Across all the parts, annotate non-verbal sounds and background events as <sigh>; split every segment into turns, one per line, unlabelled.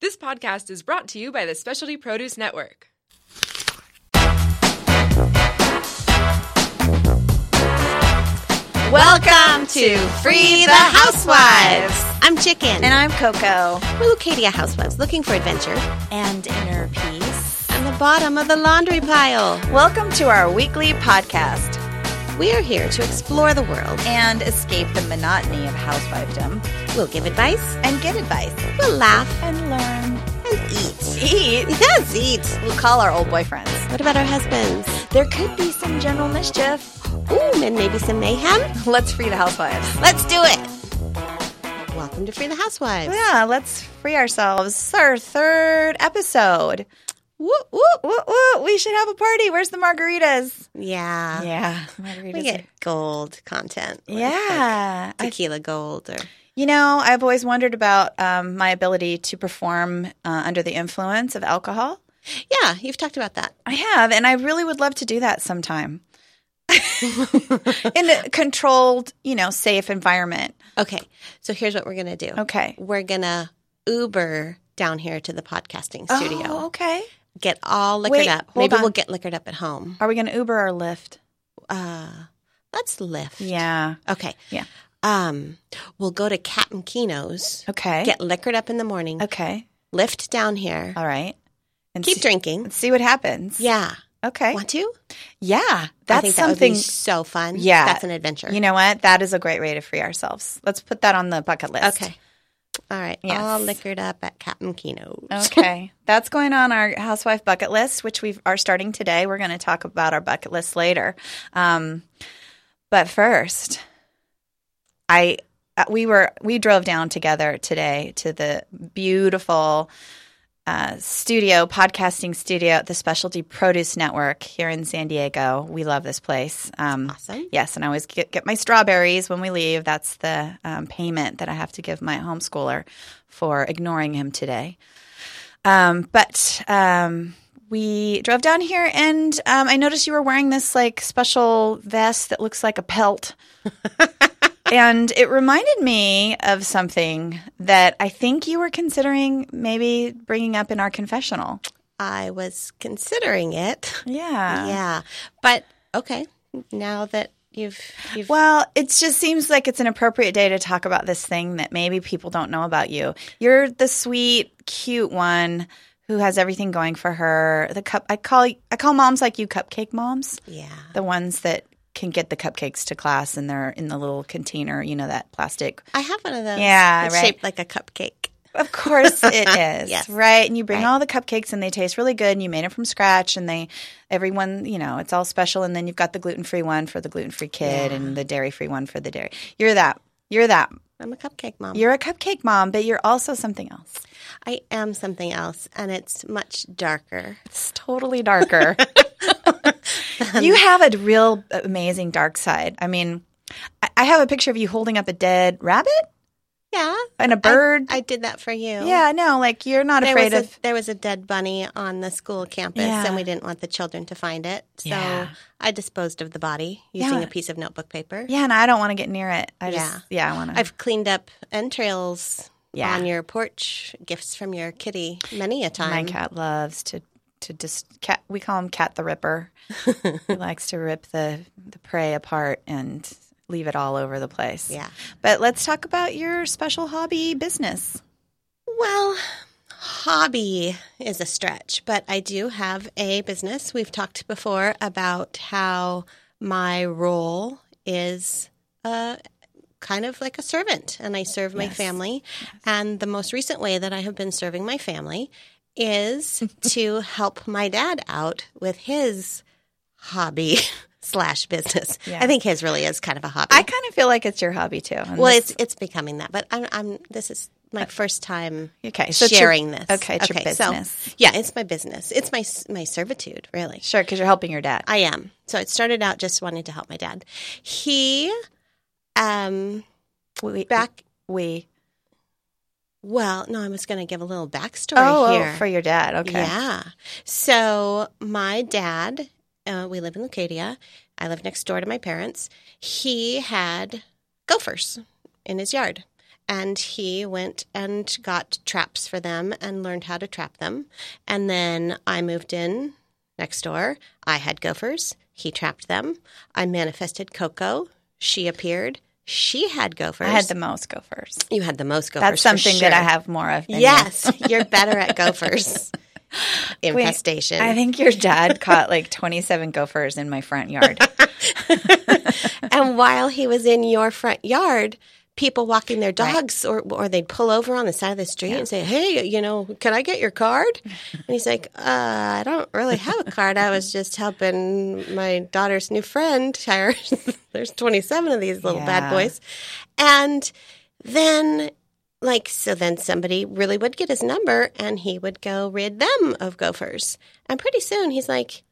This podcast is brought to you by the Specialty Produce Network.
Welcome to Free the Housewives.
I'm Chicken.
And I'm Coco.
we're Lucadia Housewives looking for adventure
And Inner Peace.
on the bottom of the laundry pile.
Welcome to our weekly podcast
We're here to explore the world.
and escape the monotony of housewifedom
We'll give advice,
and get advice
we'll laugh,
and learn.
and eat.
Eat.
Yes, eat.
We'll call our old boyfriends.
What about our husbands?
There could be some general mischief.
Ooh, and maybe some mayhem?
Let's free the housewives.
Let's do it. Welcome to Free the Housewives.
Yeah, let's free ourselves. This is our third episode. Whoop, whoop, whoop, whoop. We should have a party. Where's the margaritas?
Yeah.
Yeah. Margaritas.
We get gold content. like uh,
yeah. I
Tequila gold or
You know, I've always wondered about um, my ability to perform uh, under the influence of alcohol.
Yeah, you've talked about that.
I have, and I really would love to do that
<laughs>
sometime in a controlled, you know, safe environment.
Okay. So here's what we're gonna do.
Okay.
We're gonna Uber down here to the podcasting studio.
Oh, okay.
get all liquored
Wait,
up.
hold
Maybe
on.
we'll get liquored up at home.
Are we going to Uber or Lyft?
Uh, let's lift.
Yeah.
Okay.
Yeah.
Um, we'll go to Captain Kino's.
Okay.
Get liquored up in the morning.
okay.
Lift down here.
All right. And
Keep
see,
drinking.
See what happens.
Yeah.
Okay.
Want to?
Yeah.
I
That's
think That would
something.
be so fun.
Yeah.
That's an adventure.
you know what? That is a great way to free ourselves. Let's put that on the bucket list.
okay. All right.
Yes.
All liquored up at Captain <laughs> Kino's.
Okay. That's going on our housewife bucket list, which we are starting today. We're going to talk about our bucket list later. Um, but first, I uh, we were we drove down together today to the beautiful uh, studio podcasting studio at the Specialty Produce Network here in San Diego. We love this place. Um,
Awesome.
Yes, and I always get, get my strawberries when we leave. That's the um, payment that I have to give my homeschooler for ignoring him today. Um, but um, we drove down here, and um, I noticed you were wearing this like special vest that looks like a pelt. and it reminded me of something that I think you were considering maybe bringing up in our confessional.
I was considering it.
Yeah.
<laughs> yeah. But okay. Now that you've you've
Well, it just seems like it's an appropriate day to talk about this thing that maybe people don't know about you. You're the sweet, cute one who has everything going for her. The cup I call I call moms like you cupcake moms,
yeah.
the ones that can get the cupcakes to class and they're in the little container, you know that plastic.
I have one of those.
Yeah,
it's
right.
shaped like a cupcake.
Of course
<laughs>
it is.
Yes.
Right. And you bring
Right.
all the cupcakes and they taste really good and you made them from scratch and they everyone, you know, it's all special and then you've got the gluten-free one for the gluten-free kid and the dairy-free one for the dairy. You're that. You're that.
I'm a cupcake mom.
You're a cupcake mom, but you're also something else.
I am something else, and it's much darker.
It's totally darker. <laughs> you have a real amazing dark side. I mean, I- I have a picture of you holding up a dead rabbit
Yeah,
and a bird.
I did that for you.
yeah, no, like you're not
There
afraid
was, a,
of
there was a dead bunny on the school campus,
Yeah.
and we didn't want the children to find it. So
Yeah.
I disposed of the body using
Yeah.
a piece of notebook paper.
Yeah, and I don't want to get near it. I just yeah, I want to.
I've cleaned up entrails
Yeah.
on your porch, gifts from your kitty many a
My
time.
cat loves to to just cat. We call him Cat the Ripper. <laughs> he likes to rip the the prey apart and leave it all over the place.
Yeah.
But let's talk about your special hobby business.
Well, hobby is a stretch, but I do have a business. We've talked before about how my role is uh, kind of like a servant, and I serve my family. And the most recent way that I have been serving my family
<laughs>
is to help my dad out with his hobby <laughs> slash business.
Yeah.
I think his really is kind of a hobby.
I kind of feel like it's your hobby too. and
well,
this-
it's it's becoming that, but I'm, I'm this is my first time
okay. So it's your-
sharing this.
Okay, it's your business.
So, yeah, it's my business. It's my my servitude, really.
sure, because you're helping your dad.
I am. So it started out just wanting to help my dad. He, um,
we,
back.
we.
Well, no, I was going to give a little backstory
Oh, oh,
here.
for your dad. Okay.
Yeah. So my dad, uh, we live in Lucadia. I live next door to my parents. He had gophers in his yard. and he went and got traps for them and learned how to trap them. And then I moved in next door. I had gophers. He trapped them. I manifested Coco. She appeared. She had gophers.
I had the most gophers.
You had the most gophers.
That's something
Oh, for
that I
sure.
have more of. Than you. <laughs>
Yes, you're better at gophers.
Wait,
Infestation.
I think your
<laughs>
dad caught like 27 gophers in my front yard.
and while he was in your front yard, people walking their dogs or or they'd pull over on the side of the street and say, "Hey, you know, can I get your card?" And he's like, "Uh, I don't really have a card. I was just helping my daughter's new friend hire. <laughs> There's 27 of these little
Yeah.
bad boys." And then like so then somebody really would get his number and he would go rid them of gophers. And pretty soon he's like,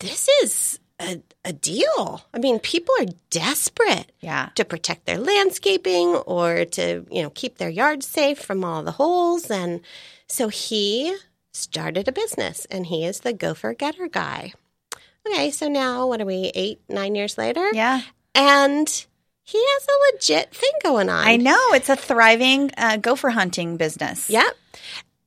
this is a, a deal. I mean, people are desperate
yeah.
to protect their landscaping or to, you know, keep their yard safe from all the holes. And so he started a business and he is the gopher getter guy. Okay, so now what are we, eight, nine years later?
Yeah.
And he has a legit thing going on.
I know. It's a thriving uh, gopher hunting business.
Yep.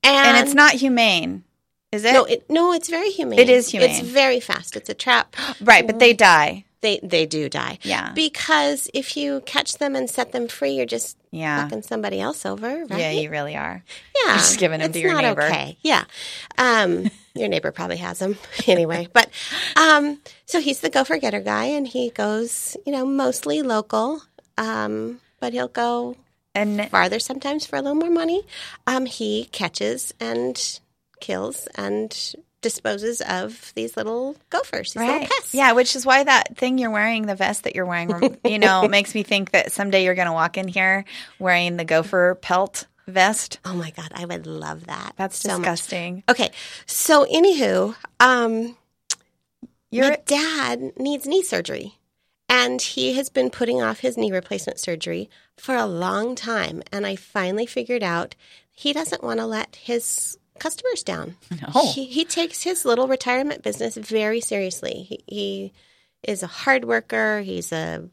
And it's not humane, is it?
no, it, no, it's very humane.
It is humane.
It's very fast. It's
<gasps>
a trap.
right, but they die.
They they do die.
Yeah.
Because if you catch them and set them free, you're just
Yeah.
fucking somebody else over, right?
Ah. Yeah, you really are.
Yeah.
You're just giving 'em
It's
to your
not
neighbor.
Okay. Yeah.
<laughs>
Um, your neighbor probably has them <laughs> anyway. But um, so he's the gopher getter guy, and he goes, you know, mostly local. Um, but he'll go
And
farther sometimes for a little more money. Um, he catches and kills and disposes of these little gophers, these little
right.
pests.
Yeah, which is why that thing you're wearing, the vest that you're wearing,
<laughs>
rem- you know, makes me think that someday you're going to walk in here wearing the gopher pelt vest.
Oh my god, I would love that.
That's
so much.
disgusting.
Okay. So anywho, um,
You're
my dad needs knee surgery. And he has been putting off his knee replacement surgery for a long time. And I finally figured out he doesn't want to let his customers down.
No.
He, he takes his little retirement business very seriously. He, he is a hard worker. He's a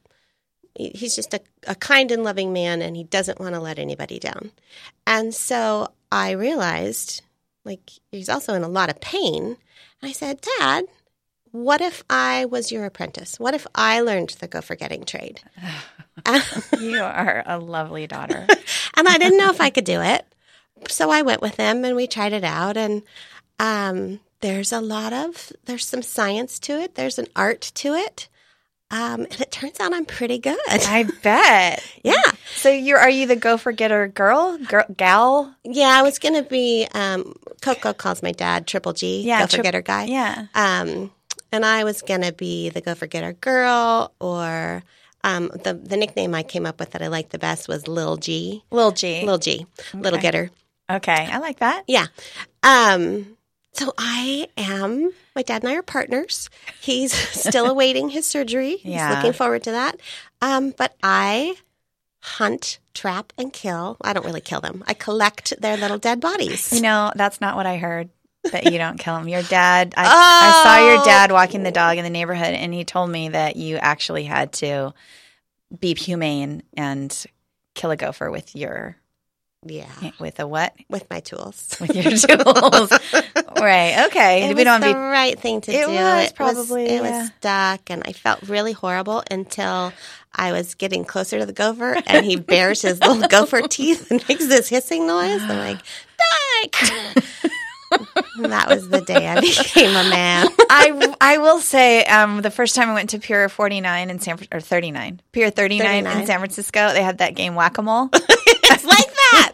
he- he's just a, a kind and loving man and he doesn't want to let anybody down. And so I realized like he's also in a lot of pain. And I said, Dad, what if I was your apprentice? What if I learned the go forgetting trade?
you are a lovely
<laughs>
daughter.
and I didn't know if I could do it. So I went with him and we tried it out and um, there's a lot of there's some science to it, there's an art to it. Um, and it turns out I'm pretty good.
I bet.
yeah.
So you are you the gopher getter girl, girl gal?
Yeah, I was gonna be um Coco calls my dad Triple G,
Yeah,
go forgetter guy.
Yeah.
Um and I was gonna be the go forgetter girl or um the the nickname I came up with that I liked the best was Lil G.
Lil G.
Lil G. Little getter.
okay, I like that.
Yeah. Um, so I am, my dad and I are partners. He's <laughs> still awaiting his surgery. He's
Yeah.
looking forward to that. Um, but I hunt, trap, and kill. I don't really kill them, I collect their little dead
You
bodies.
know, that's not what I heard. That you don't kill him. Your dad. I, I saw your
Oh.
dad walking the dog in the neighborhood, and he told me that you actually had to be humane and kill a gopher with your
Yeah.
with a what
With my tools.
with your <laughs> tools. right. Okay.
It
we
was
don't
the
be.
right thing to
It
do.
was probably,
it
yeah.
was stuck, and I felt really horrible until I was getting closer to the gopher, and he bares his little gopher <laughs> teeth and makes this hissing noise. I'm like, die! And that was the day I <laughs> became a man.
<laughs>
<laughs>
I I will say um, the first time I went to Pier 49 in San Fran- or 39 Pier 39, in
39.
San Francisco they had that game Whack a Mole.
It's like that.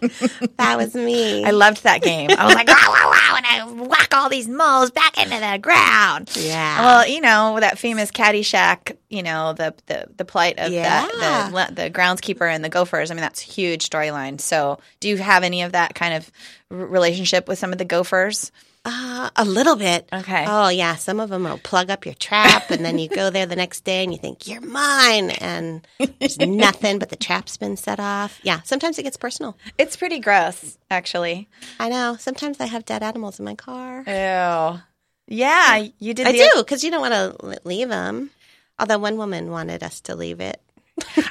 That was me.
I loved that game. I was like <laughs> wow wow wow, and I whack all these moles back into the ground.
yeah.
Well, you know that famous Caddyshack. You know the the, the plight of
Yeah.
that the, the groundskeeper and the gophers. I mean that's a huge storyline. So do you have any of that kind of r- relationship with some of the gophers?
Uh, a little bit.
Okay.
Oh, yeah. Some of them will plug up your trap, and then you go there the next day and you think, you're mine. And there's nothing but the trap's been set off. Yeah. Sometimes it gets personal.
It's pretty gross, actually.
I know. Sometimes I have dead animals in my car.
Ew. Yeah, you did.
I
the
do, because you don't want to leave them. Although one woman wanted us to leave it.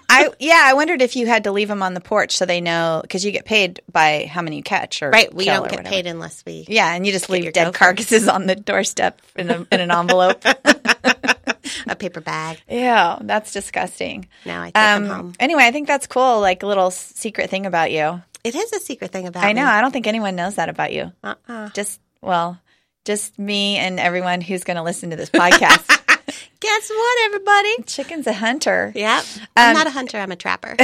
I yeah, I wondered if you had to leave them on the porch so they know because you get paid by how many you catch or
Right. We
kill
don't
or
get
whatever.
paid unless we.
Yeah, and you just leave
your
dead
gopher.
carcasses on the doorstep in, a, in an
<laughs>
envelope.
A paper bag.
yeah, that's disgusting.
Now I take them
Um,
home.
anyway, I think that's cool. Like little s- secret thing about you.
It is a secret thing about
I know.
me.
I don't think anyone knows that about you.
Uh-uh.
Just well, just me and everyone who's going to listen
<laughs>
to this podcast.
Guess what, everybody?
Chicken's a hunter,
Yep. I'm
Um,
not a hunter. I'm a
<laughs>
trapper.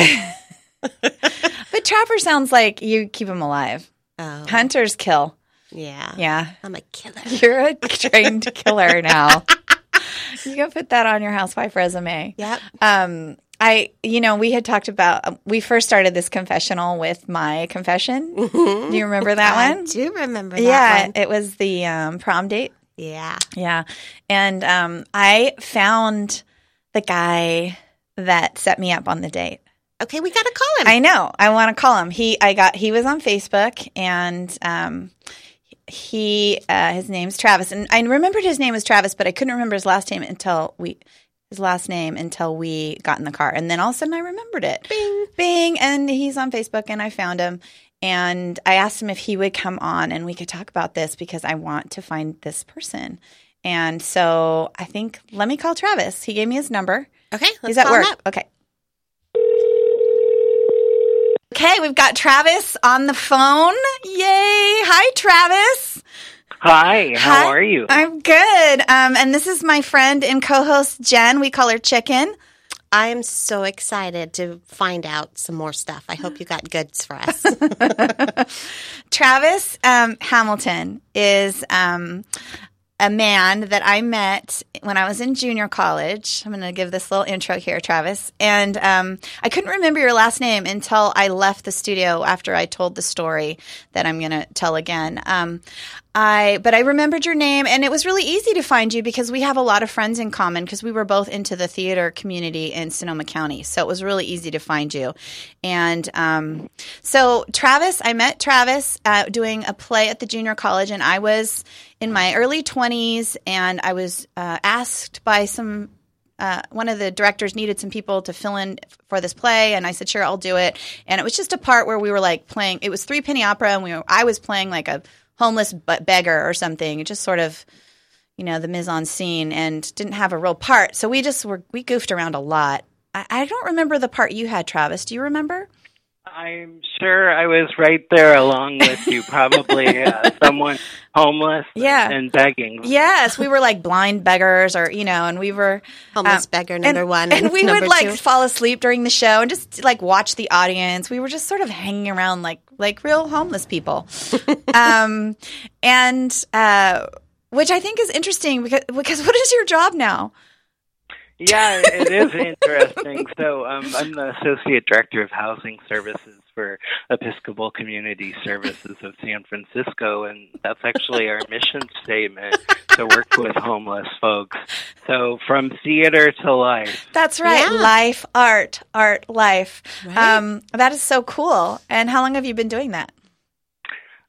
but trapper sounds like you keep them alive.
oh,
Hunters kill.
yeah.
Yeah,
I'm a killer.
you're a trained killer
<laughs>
now. You can put that on your housewife resume.
Yep.
Um, I, you know, we had talked about um, we first started this confessional with my confession.
Mhm.
Do you remember Mm-hmm. that
I
one?
do remember that
Yeah,
one.
it was the um, prom date.
Yeah.
Yeah, and um, I found the guy that set me up on the date.
Okay, we got to call him.
I know. I want to call him. He, I got. He was on Facebook, and um, he, uh, his name's Travis, and I remembered his name was Travis, but I couldn't remember his last name until we, his last name until we got in the car, and then all of a sudden I remembered it. Bing, Bing, and he's on Facebook, and I found him. And I asked him if he would come on and we could talk about this because I want to find this person. And so I think let me call Travis. He gave me his number.
okay, let's
He's at
call
work.
him up.
Okay. Okay, we've got Travis on the phone. Yay! Hi, Travis.
Hi, how
Hi.
are you?
I'm good. Um, and this is my friend and co-host Jen. We call her Chicken.
I am so excited to find out some more stuff. I hope you got goods
<laughs>
for us.
Um, Travis um, Hamilton is um, a man that I met when I was in junior college. I'm going to give this little intro here, Travis. And um, I couldn't remember your last name until I left the studio after I told the story that I'm going to tell again. Um, I but I remembered your name, and it was really easy to find you because we have a lot of friends in common because we were both into the theater community in Sonoma County, so it was really easy to find you. And um, so Travis, I met Travis uh, doing a play at the junior college, and I was in my early twenties, and I was uh, asked by some uh, one of the directors needed some people to fill in f- for this play, and I said, "Sure, I'll do it." And it was just a part where we were like playing. It was three penny opera, and we were, I was playing like a homeless but beggar or something. It just sort of, you know, the mise en scene, and didn't have a real part. So we just were we goofed around a lot. I, I don't remember the part you had, Travis. Do you remember?
I'm sure I was right there along with you,
<laughs>
probably uh, someone homeless
Yeah.
and begging.
Yes, we were <laughs> like blind beggars, or you know, and we were
Homeless
um,
beggar number
and,
one.
And we
number
would like
two.
fall asleep during the show and just like watch the audience. We were just sort of hanging around like like real homeless
<laughs>
people. um, and uh, which I think is interesting because because what is your job now?
Yeah,
<laughs>
it is interesting. So um, I'm the Associate Director of Housing Services for Episcopal Community Services of San Francisco, and that's actually our mission statement to work with homeless folks. So from theater to life.
That's right.
Yeah.
Life, art, art, life.
Right.
Um, that is so cool. And how long have you been doing that?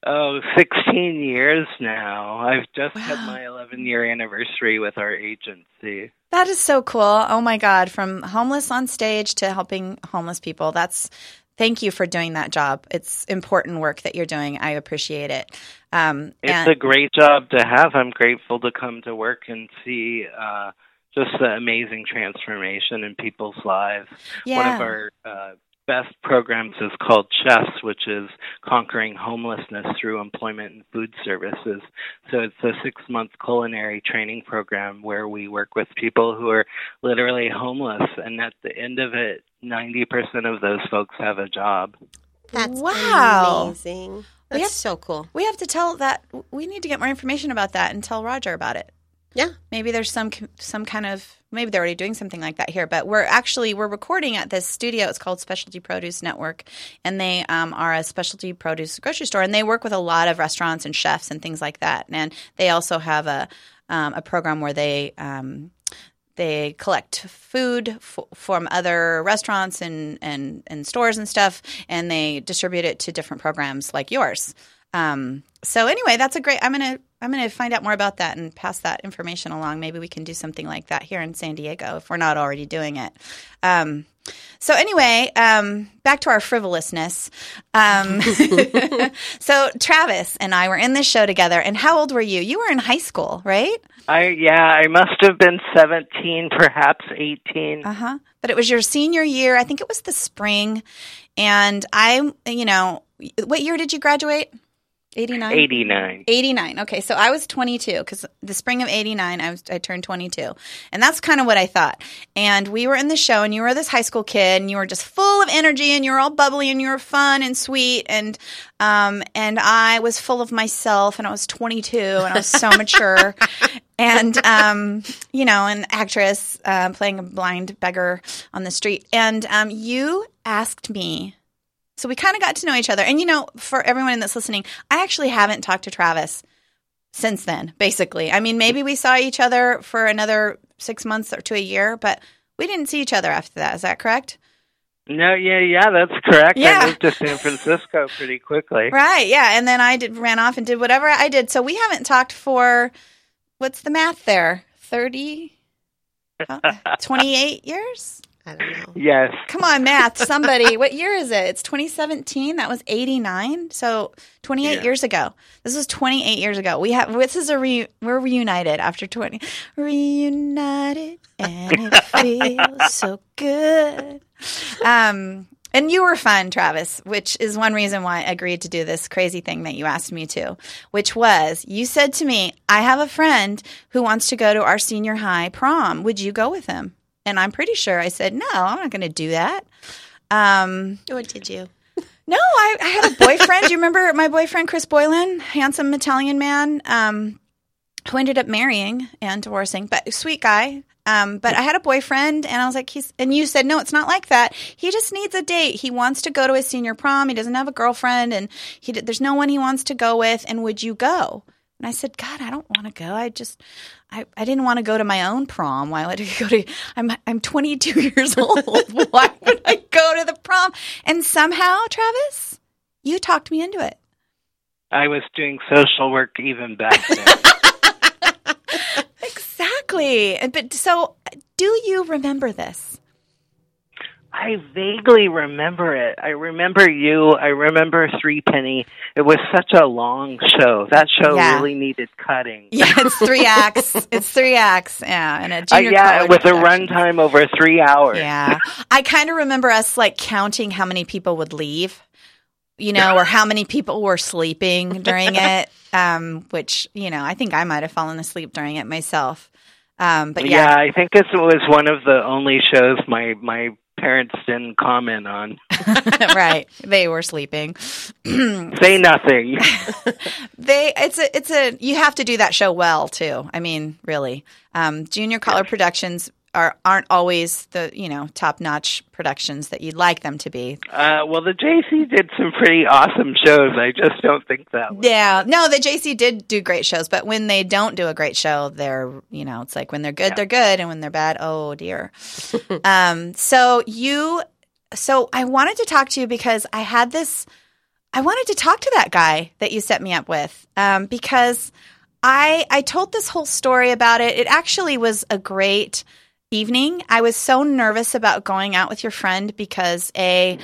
Oh, 16 years now. I've just had
Wow.
my 11 year anniversary with our agency.
That is so cool. Oh my God. From homeless on stage to helping homeless people. That's, thank you for doing that job. It's important work that you're doing. I appreciate it. Um,
It's
and-
a great job to have. I'm grateful to come to work and see uh, just the amazing transformation in people's lives. One
yeah.
of our uh, best programs is called CHEFS, which is Conquering Homelessness Through Employment and Food Services. So it's a six month culinary training program where we work with people who are literally homeless, and at the end of it, 90% of those folks have a job.
That's
Wow.
amazing.
We
That's
have-
so cool.
we have to tell that, we need to get more information about that and tell Roger about it.
Yeah.
Maybe there's some, some kind of, maybe they're already doing something like that here, but we're actually, we're recording at this studio. It's called Specialty Produce Network and they um, are a specialty produce grocery store and they work with a lot of restaurants and chefs and things like that. And they also have a, um, a program where they, um, they collect food f- from other restaurants and, and, and stores and stuff, and they distribute it to different programs like yours. Um, so anyway, that's a great. I'm gonna I'm gonna find out more about that and pass that information along. Maybe we can do something like that here in San Diego if we're not already doing it. Um, so anyway, um, back to our frivolousness. Um, <laughs> so Travis and I were in this show together. And how old were you? You were in high school, right?
I yeah, I must have been 17, perhaps 18.
Uh huh. But it was your senior year. I think it was the spring. And I, you know, what year did you graduate? 89?
89.
89. Okay, so I was 22 because the spring of 89, I, was, I turned 22. And that's kind of what I thought. And we were in the show, and you were this high school kid, and you were just full of energy, and you were all bubbly, and you were fun and sweet. And, um, and I was full of myself, and I was 22, and I was so mature. And, um, you know, an actress uh, playing a blind beggar on the street. And um, you asked me so we kind of got to know each other. And you know, for everyone that's listening, I actually haven't talked to Travis since then, basically. I mean, maybe we saw each other for another six months or to a year, but we didn't see each other after that. Is that correct?
No, yeah, yeah, that's correct.
Yeah.
I moved to San Francisco pretty quickly.
<laughs> Right. Yeah. And then I did ran off and did whatever I did. So we haven't talked for what's the math there? 30 How- 28 years?
I don't know.
Yes.
Come on, math. Somebody, what year is it? It's 2017. That was 89. So 28
Yeah.
years ago. This was 28 years ago. We have this is a re, we're reunited after 20 reunited and it feels so good. Um and you were fun, Travis, which is one reason why I agreed to do this crazy thing that you asked me to, which was you said to me, I have a friend who wants to go to our senior high prom. Would you go with him? And I'm pretty sure I said, No, I'm not going to do that. Um,
What did you?
no, I, I had a boyfriend. Do you remember my boyfriend, Chris Boylan, handsome Italian man, um, who ended up marrying and divorcing, but sweet guy. Um, but I had a boyfriend, and I was like, he's. And you said, no, it's not like that. He just needs a date. He wants to go to his senior prom. He doesn't have a girlfriend, and he d- there's no one he wants to go with. And would you go? And I said, God, I don't want to go. I just, I, I didn't want to go to my own prom. Why would I go to? I'm I'm 22 <laughs> years old. Why would I go to the prom? And somehow, Travis, you talked me into it.
I was doing social work even back then.
<laughs> Exactly. And- But so, do you remember this?
I vaguely remember it. I remember you. I remember Three Penny. It was such a long show. That show
Yeah.
really needed cutting.
Yeah, <laughs> it's three acts. It's three acts. Yeah, and a
Uh,
junior
yeah,
college
with a
production.
runtime over three hours.
Yeah. I kind of remember us like counting how many people would leave, you know, or how many people were sleeping during it, um, which, you know, I think I might have fallen asleep during it myself. Um, but yeah.
I think this was one of the only shows my my parents didn't comment on.
<laughs> right. They were sleeping.
Say
<laughs>
nothing.
They it's a it's a you have to do that show well too. I mean, really. Um, junior Collar Productions are aren't always the, you know, top-notch productions that you'd like them to be.
Uh, well, the JC did some pretty awesome shows. I just don't think that was.
Yeah, no, the JC did do great shows, but when they don't do a great show, they're you know, it's like when they're good, they're good, and when they're bad, oh
<laughs>
dear. um, so you, so I wanted to talk to you because I had this, I wanted to talk to that guy that you set me up with, um, because I I told this whole story about it. It actually was a great evening. I was so nervous about going out with your friend because a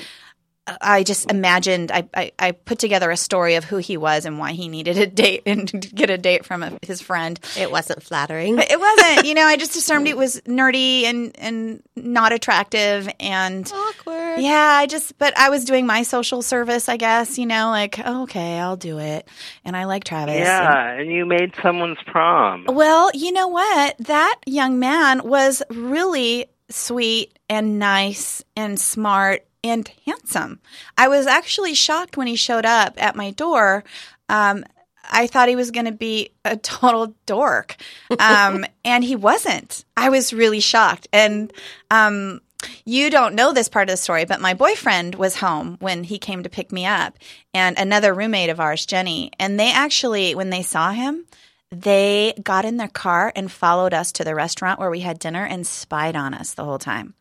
I just imagined I, I, I put together a story of who he was and why he needed a date and <laughs> to get a date from a, his friend.
It wasn't flattering.
But it wasn't, you know, I just assumed it was nerdy and and not attractive and
Awkward.
yeah, I just but I was doing my social service, I guess, you know, like "Oh, okay, I'll do it. And I like Travis. and-
Yeah, and you made someone's prom.
well, you know what? That young man was really sweet and nice and smart and handsome. I was actually shocked when he showed up at my door. Um, I thought he was going to be a <laughs> total dork, um, and he wasn't. I was really shocked. And um, you don't know this part of the story, but my boyfriend was home when he came to pick me up, and another roommate of ours, Jenny. And they actually, when they saw him, they got in their car and followed us to the restaurant where we had dinner and spied on us the whole time.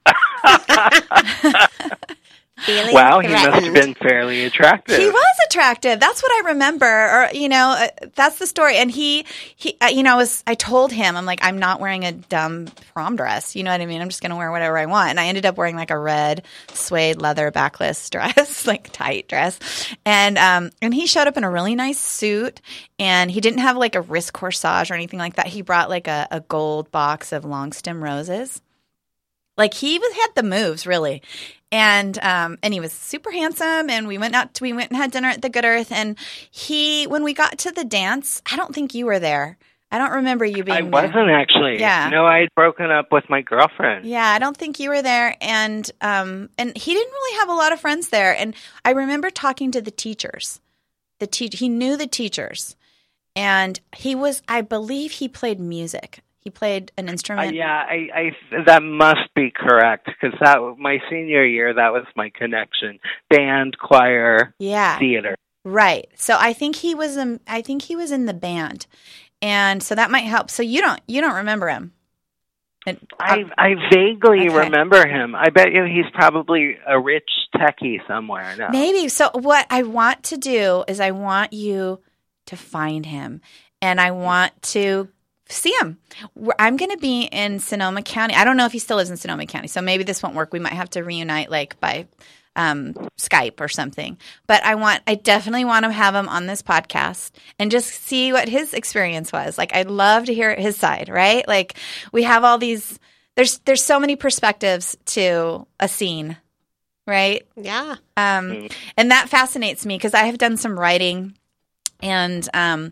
Feeling
Wow, he must have
threatened.
been fairly attractive.
He was attractive. That's what I remember. Or you know, uh, that's the story. And he, he, uh, you know, I was I told him I'm like I'm not wearing a dumb prom dress. You know what I mean? I'm just gonna wear whatever I want. And I ended up wearing like a red suede leather backless <laughs> dress, like tight dress. And um and he showed up in a really nice suit. And he didn't have like a wrist corsage or anything like that. He brought like a, a gold box of long stem roses. Like he was had the moves really, and um and he was super handsome. And we went out. To, we went and had dinner at the Good Earth. And he, when we got to the dance, I don't think you were there. I don't remember you being.
I
there.
wasn't actually.
Yeah.
No, I had broken up with my girlfriend.
Yeah, I don't think you were there, and um, and he didn't really have a lot of friends there. And I remember talking to the teachers. The te- he knew the teachers, and he was, I believe, he played music. He played an
Uh,
instrument.
yeah, I, I that must be correct because that my senior year that was my connection: band, choir,
yeah,
theater.
right. So I think he was, um, I think he was in the band, and so that might help. So you don't, you don't remember him. And,
I I vaguely
Okay.
remember him. I bet you he's probably a rich techie somewhere now.
Maybe. So what I want to do is I want you to find him and I want to see him. We're- I'm going to be in Sonoma County. I don't know if he still lives in Sonoma County. So maybe this won't work. We might have to reunite like by um, Skype or something. But I want I definitely want to have him on this podcast and just see what his experience was. Like I'd love to hear his side, right? Like we have all these there's there's so many perspectives to a scene, right?
Yeah.
Um,
Mm.
and that fascinates me because I have done some writing and um,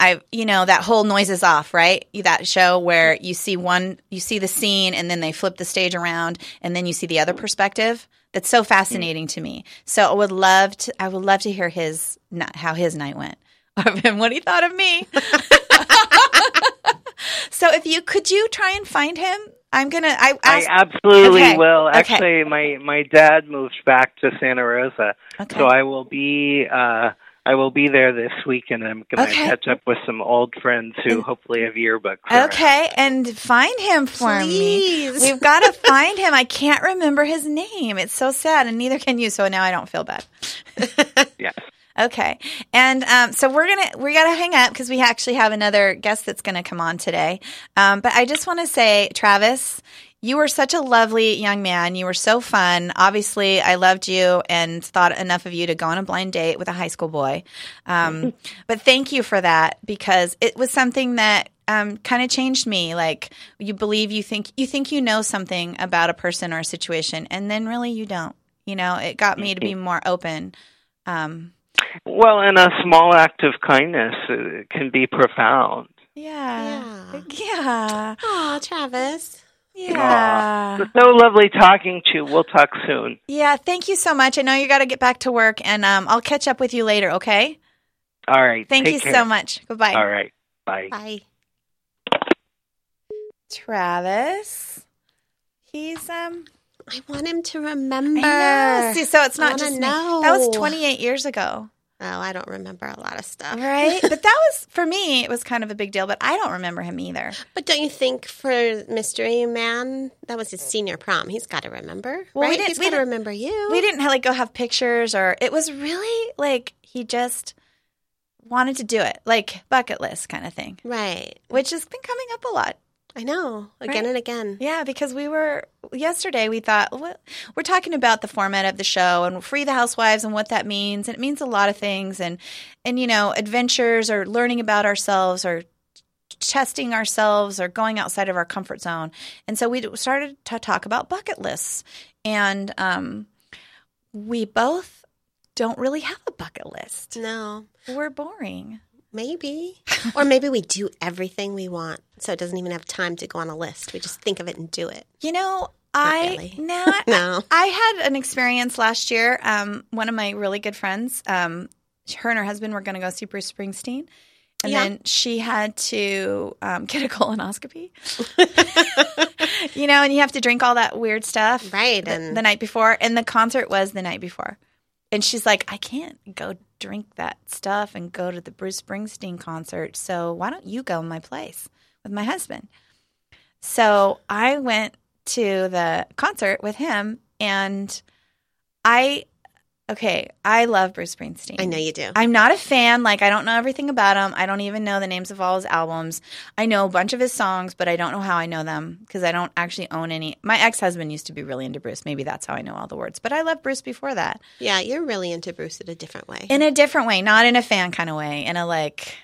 I, you know, that whole noise is off, right? That show where you see one, you see the scene and then they flip the stage around and then you see the other perspective. That's so fascinating to me. So I would love to, I would love to hear his, not how his night went <laughs> of him, what he thought of me. <laughs> so if you, could you try and find him? I'm going to, I,
I
asked,
absolutely
Okay.
will.
Okay.
Actually, my my dad moved back to Santa Rosa,
okay.
so I will be uh I will be there this week, and I'm going to
Okay.
catch up with some old friends who hopefully have yearbooks. around.
Okay, and find him for me.
Please.
We've got to find him. I can't remember his name. It's so sad, and neither can you. So now I don't feel bad.
Yes.
Okay, and um, so we're gonna we gotta hang up because we actually have another guest that's gonna come on today. Um, but I just want to say, Travis, you were such a lovely young man. You were so fun. Obviously, I loved you and thought enough of you to go on a blind date with a high school boy. Um, but thank you for that because it was something that um, kind of changed me. Like you believe you think you think you know something about a person or a situation, and then really you don't. You know, it got me to be more open. Um,
Well, and a small act of kindness uh, can be profound.
Yeah.
Yeah.
Yeah.
Oh, Travis.
Yeah.
It's so lovely talking to you. We'll talk soon.
Yeah. Thank you so much. I know you got to get back to work, and um, I'll catch up with you later. Okay.
All right.
Thank
take
you
care.
so much. Goodbye,
All right. Bye.
Bye.
Travis. He's um.
I want him to
I
remember.
know. See, so it's
I
not
Uh, wanna
just me.
know.
That was 28 years ago,
Oh, I don't remember a lot of stuff.
right? but that was for me. It was kind of a big deal, but I don't remember him either.
<laughs> But don't you think for Mystery Man, that was his senior prom? He's got to remember,
Well, we
right?
didn't-
He's
we
got to
didn't-
remember you.
We didn't like go have pictures, or it was really like he just wanted to do it, like bucket list kind of thing,
right?
which has been coming up a lot
I know, again
Right.
and again.
Yeah, because we were yesterday. We thought well, we're talking about the format of the show and free the housewives and what that means. And it means a lot of things, and and you know, adventures or learning about ourselves or testing ourselves or going outside of our comfort zone. And so we d- started to talk about bucket lists, and um, we both don't really have a bucket list.
No,
We're boring. <laughs>
maybe, or maybe we do everything we want, so it doesn't even have time to go on a list. We just think of it and do it.
You know, I
really.
<laughs> no, I-
No,
I had an experience last year. Um, one of my really good friends, um, her and her husband were going to go see Bruce Springsteen, and
Yeah.
then she had to um, <laughs> get a
<laughs>
colonoscopy. <laughs> you know, and you have to drink all that weird stuff
right?
the,
And
the night before, and the concert was the night before. And she's like, I can't go drink that stuff and go to the Bruce Springsteen concert. So why don't you go in my place with my husband? So I went to the concert with him, and I okay, I love Bruce Springsteen.
I know you do.
I'm not a fan. Like, I don't know everything about him. I don't even know the names of all his albums. I know a bunch of his songs, but I don't know how I know them because I don't actually own any. My ex husband used to be really into Bruce. Maybe that's how I know all the words. But I loved Bruce before that
yeah, you're really into Bruce in a different way.
in a different way, not in a fan kind of way, in a like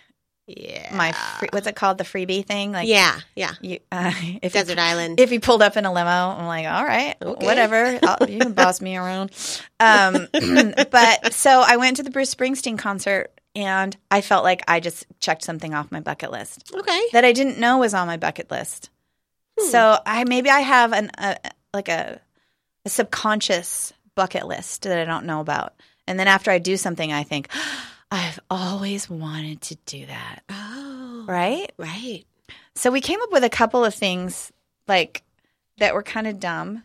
yeah.
my free, what's it called, the freebie thing. Like,
yeah, yeah.
you, uh, <laughs> if you
Desert Island.
if he pulled up in a limo, I'm like, all right,
Okay.
whatever. I'll, you can boss me around.
<laughs>
Um, but so I went to the Bruce Springsteen concert and I felt like I just checked something off my bucket list
okay.
that I didn't know was on my bucket list.
Hmm.
So I maybe I have an a, like a, a subconscious bucket list that I don't know about. And then after I do something, I think, <gasps> I've always wanted to do that.
Oh.
Right?
Right.
So we came up with a couple of things like that were kind of dumb,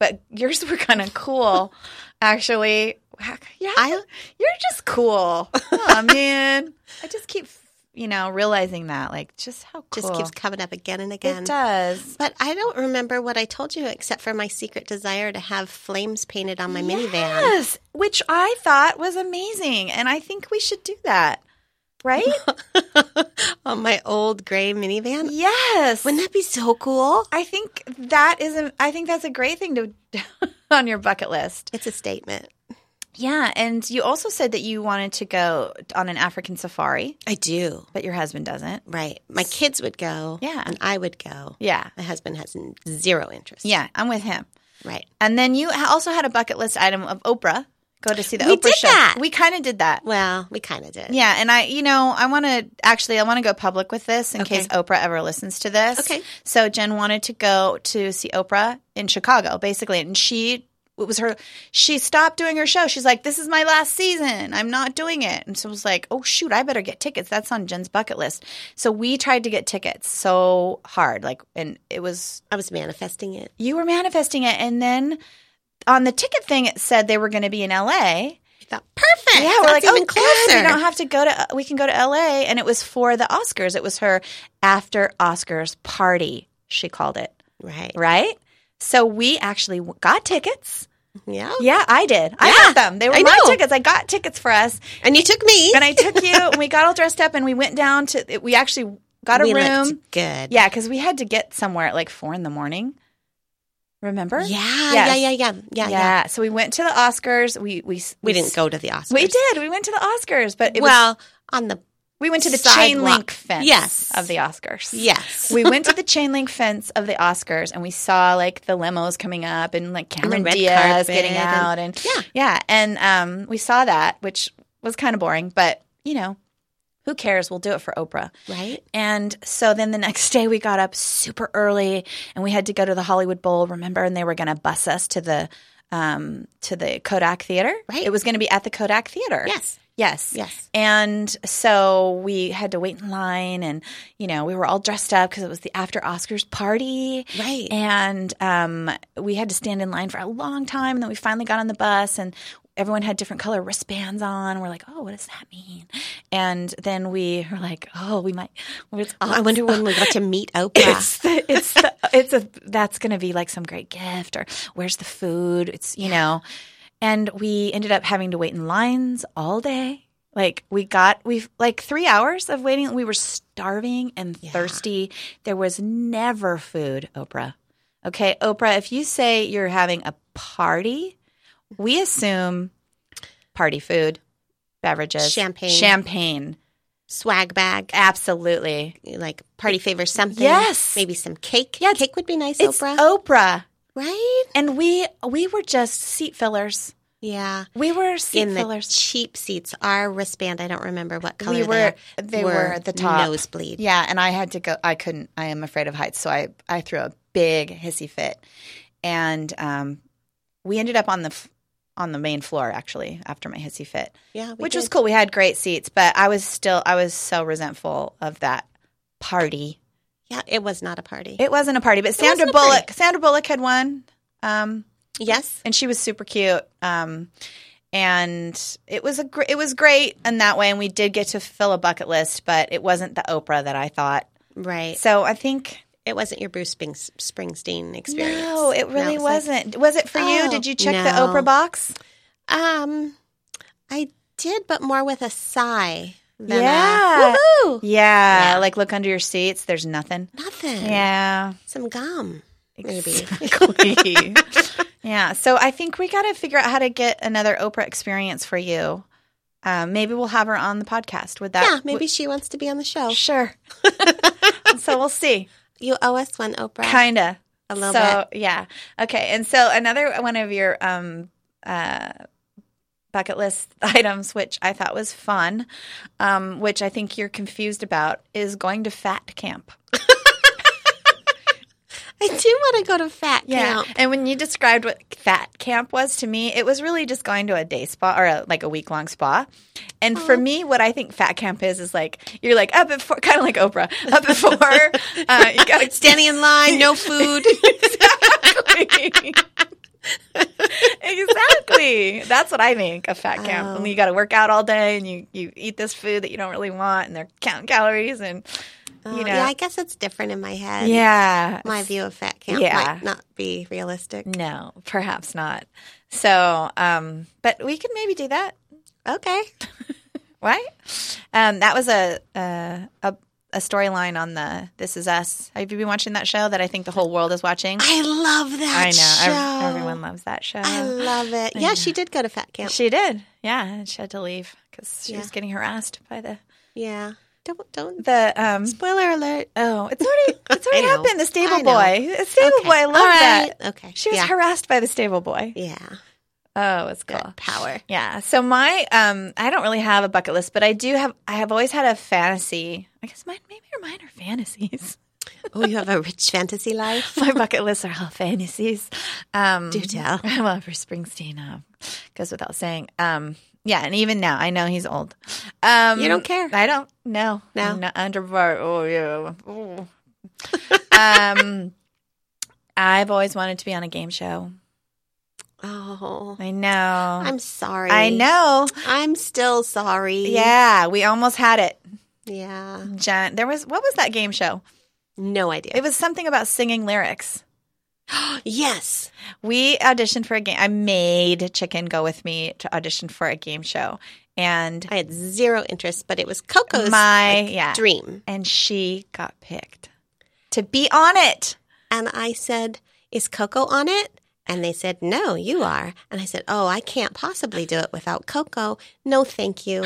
but yours were kind of cool,
<laughs>
actually. Heck, Yeah,
I-
you're just cool. oh man, I just keep you know realizing that like just how cool
Just keeps coming up again and again.
it does.
But I don't remember what I told you except for my secret desire to have flames painted on my minivan.
yes, which I thought was amazing, and I think we should do that,
<laughs>
right?
on my old gray minivan.
yes,
Wouldn't that be so cool?
I think that is a, I think that's a great thing to <laughs> on your bucket list.
It's a statement.
Yeah, and you also said that you wanted to go on an African safari,
I do.
but your husband doesn't.
Right. My kids would go.
Yeah.
And I would go.
Yeah.
My husband has n- zero interest.
Yeah, I'm with him.
Right.
And then you ha- also had a bucket list item of Oprah. Go to see the
We
Oprah
did
show.
that.
We kind of did that.
Well, we kind of did.
Yeah, and I, you know, I want to actually, I want to go public with this in
Okay.
case Oprah ever listens to this.
Okay.
So Jen wanted to go to see Oprah in Chicago, basically, and she it was her. She stopped doing her show. She's like, "This is my last season. I'm not doing it." And so I was like, "Oh shoot, I better get tickets. That's on Jen's bucket list." So we tried to get tickets so hard, like, and it was
I was manifesting it.
you were manifesting it, and then on the ticket thing, it said they were going to be in L.A.
I thought, perfect.
Yeah, we're like,
That's even
oh,
closer.
Good. We don't have to go to. We can go to L.A. And it was for the Oscars. It was her after Oscars party. She called it
right.
right. So we actually w- got tickets.
Yeah.
Yeah, I did. I
Yeah,
got them. They were
I
my
know.
tickets. I got tickets for us,
And you took me.
and I took you. and we got all dressed up, and we went down to. We actually got a
we
room.
looked good.
Yeah, because we had to get somewhere at like four in the morning. Remember?
Yeah,
Yes.
yeah, yeah, yeah, yeah, yeah.
So we went to the Oscars. We we
We didn't go to the Oscars.
We did. We went to the Oscars, but it was
well, on the
We went to the chain
Sidewalk.
link fence
Yes.
of the Oscars.
yes,
<laughs> We went to
<laughs>
the chain link fence of the Oscars and we saw like the limos coming up and like
the
Cameron
red
Diaz
carpet
getting
and-
out and
Yeah.
Yeah. And um we saw that, which was kind of boring, but you know, who cares? We'll do it for Oprah.
right.
And so then the <laughs> next day we got up super early and we had to go to the Hollywood Bowl, remember? And they were going to bus us to the um, to the Kodak Theater.
Right.
It was going to be at the Kodak Theater.
Yes,
Yes.
yes.
And so we had to wait in line and, you know, we were all dressed up because it was the after Oscars party.
Right.
And um, we had to stand in line for a long time. And then we finally got on the bus and everyone had different color wristbands on. We're like, oh, what does that mean? And then we were like, oh, we might. well, it's-
Oh, I wonder when we got
<laughs>
to meet Oprah.
It's the, it's the, it's a that's going to be like some great gift or where's the food? It's you know, and we ended up having to wait in lines all day. Like we got we've like three hours of waiting. We were starving and
Yeah.
thirsty. There was never food, Oprah. Okay, Oprah, if you say you're having a party, we assume party food, beverages,
Champagne.
champagne.
Swag bag,
Absolutely.
like party favor, something.
Yes.
maybe some cake.
Yeah, it's-
cake would be nice,
It's
Oprah.
Oprah.
right?
And we we were just seat fillers.
Yeah,
We were seat
in the
fillers.
cheap seats. Our wristband. I don't remember what color
we
they
were
are,
they were, at the top.
Nosebleed.
Yeah, and I had to go. I couldn't. I am afraid of heights, so I I threw a big hissy fit, and um, we ended up on the f- on the main floor actually after my hissy fit,
Yeah, we
which was
did.
cool. We had great seats, but I was still I was so resentful of that party.
Yeah, it was not a party.
It wasn't a party, but
wasn't
Sandra
a party.
Bullock Sandra Bullock had won. Um,
yes,
and she was super cute. Um, and it was a gr- it was great in that way, and we did get to fill a bucket list, but it wasn't the Oprah that I thought.
right.
So I think
It wasn't your Bruce Springs- Springsteen experience.
no, it really
was
wasn't. was it for you?
Oh,
Did you check the
no.
Oprah box?
Um, I did, but more with a sigh than
Yeah.
a woohoo.
Yeah,
Yeah.
like look under your seats. There's nothing.
Nothing.
Yeah,
Some gum. Maybe. <laughs>
exactly. yeah. So I think we got to figure out how to get another Oprah experience for you. Um, maybe we'll have her on the podcast. Would that?
yeah, maybe she wants to be on the show. <laughs>
sure. <laughs> so we'll see.
You owe us one, Oprah.
Kinda.
a little
so yeah. Okay. And so another one of your um, uh, bucket list <laughs> items, which I thought was fun, um, which I think you're confused about, is going to fat camp.
bit. I do want to go to fat
Yeah.
camp.
And when you described what fat camp was to me, it was really just going to a day spa or a, like a week long spa. And for me, what I think fat camp is is like you're like up at four, kind of like Oprah, up at four. uh, you got to
Standing in
<laughs>
line, no food.
exactly. exactly. That's what I think of fat camp.
Oh.
And you got to work out all day, and you you eat this food that you don't really want, and they're counting calories, and
Oh,
You know.
Yeah, I guess it's different in my head.
yeah,
My view of fat camp
Yeah.
might not be realistic.
No, perhaps not. So, um, but we could maybe do that.
Okay.
Right? Um, that was a a, a, a storyline on the This Is Us. Have you been watching that show that I think the whole world is watching?
I love that
I know
show.
Ev- everyone loves that show.
I love it.
I
yeah,
know.
she did go to fat camp.
She did, yeah. And she had to leave because she
Yeah.
was getting harassed by the
yeah. Don't don't.
the um.
Spoiler alert.
Oh, it's already it's already
<laughs> I know.
happened. The stable
I know.
boy, the stable boy, I love that.
Okay.
She was
yeah.
harassed by the stable boy.
Yeah.
Oh, it's
Good
cool.
power.
Yeah. So my um I don't really have a bucket list, but I do have I have always had a fantasy. I guess mine maybe or mine are fantasies.
Oh, you have a rich fantasy life.
<laughs> my bucket lists are all fantasies. Um
Do tell.
<laughs> Well, for Springsteen, uh, goes without saying. Um yeah, and even now I know he's old. Um
You don't care.
I don't no.
No?
Not under bar. Oh yeah.
<laughs>
Oh. um I've always wanted to be on a game show.
Oh,
I know. i
I'm sorry.
know.
I'm still sorry.
Yeah, we almost had it.
Yeah.
Jen, there was what was that game show?
No idea.
It was something about singing lyrics.
yes.
We auditioned for a game. I made Chicken go with me to audition for a game show, and
I had zero interest, but it was Coco's
My-
like,
yeah.
dream.
and she got picked to be on it.
And I said, Is Coco on it? And they said, No, you are. And I said, Oh, I can't possibly do it without Coco. No, thank you.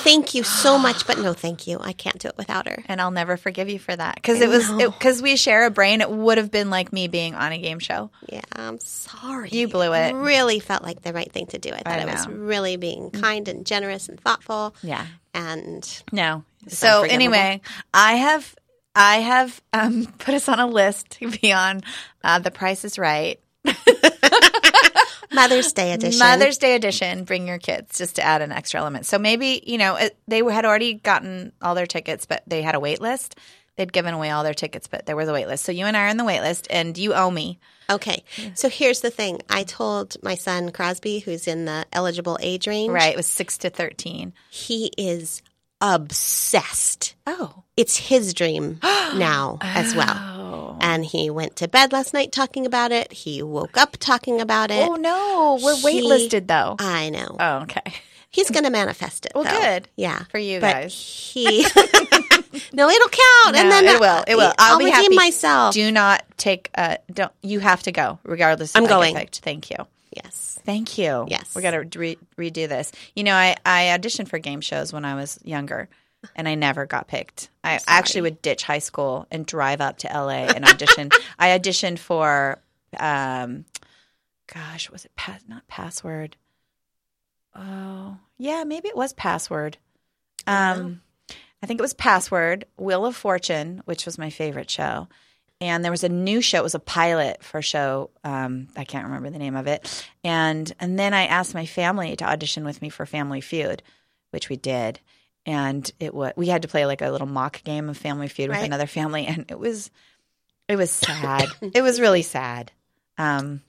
Thank you so much, but no, thank you. I can't do it without her.
And I'll never forgive you for that because it was because we share a brain. It would have been like me being on a game show.
Yeah, I'm sorry.
You blew it.
Really felt like the right thing to do. I thought
I
I, was
know. Mm.
really being kind and generous and thoughtful.
Yeah,
And
no. So
unforgivable.
anyway, I have I have um, <laughs> put us on a list to be on uh, The Price Is Right. <laughs>
Mother's Day edition.
Mother's Day edition. Bring your kids just to add an extra element. So maybe you know it, they had already gotten all their tickets, but they had a wait list. They'd given away all their tickets, but there was a wait list. So you and I are in the wait list, and you owe me.
Okay. So here's the thing. I told my son Crosby, who's in the eligible age range,
Right? It was six to thirteen.
he is obsessed.
Oh,
it's his
<gasps>
dream now as well.
Oh,
And he went to bed last night talking about it. He woke up talking about it.
oh no, we're
He-
waitlisted though.
I know.
oh, okay.
He's going to manifest it.
Well,
though.
good.
Yeah.
For you
but
guys. <laughs>
he. <laughs> no, it'll count.
No,
and then
it will. It will. I'll
I'll
be
redeem
happy.
myf.
Do not take. Uh, don't. You have to go, regardless. If
I'm
I get
going.
picked. Thank you.
yes.
Thank you.
Yes.
We got to re- redo this. You know, I, I auditioned for game shows when I was younger and I never got picked. I actually would ditch high school and drive up to LA and
<laughs>
audition. I auditioned for, um, gosh, was it pass? Not password. Oh, yeah, maybe it was password. Um, I think it was password, Wheel of Fortune, which was my favorite show and there was a new show. It was a pilot for a show. Um, I can't remember the name of it. And and then I asked my family to audition with me for Family Feud, which we did. And it was we had to play like a little mock game of Family Feud with
Right.
another family, and it was
<laughs>
it was sad. it was really sad. Um,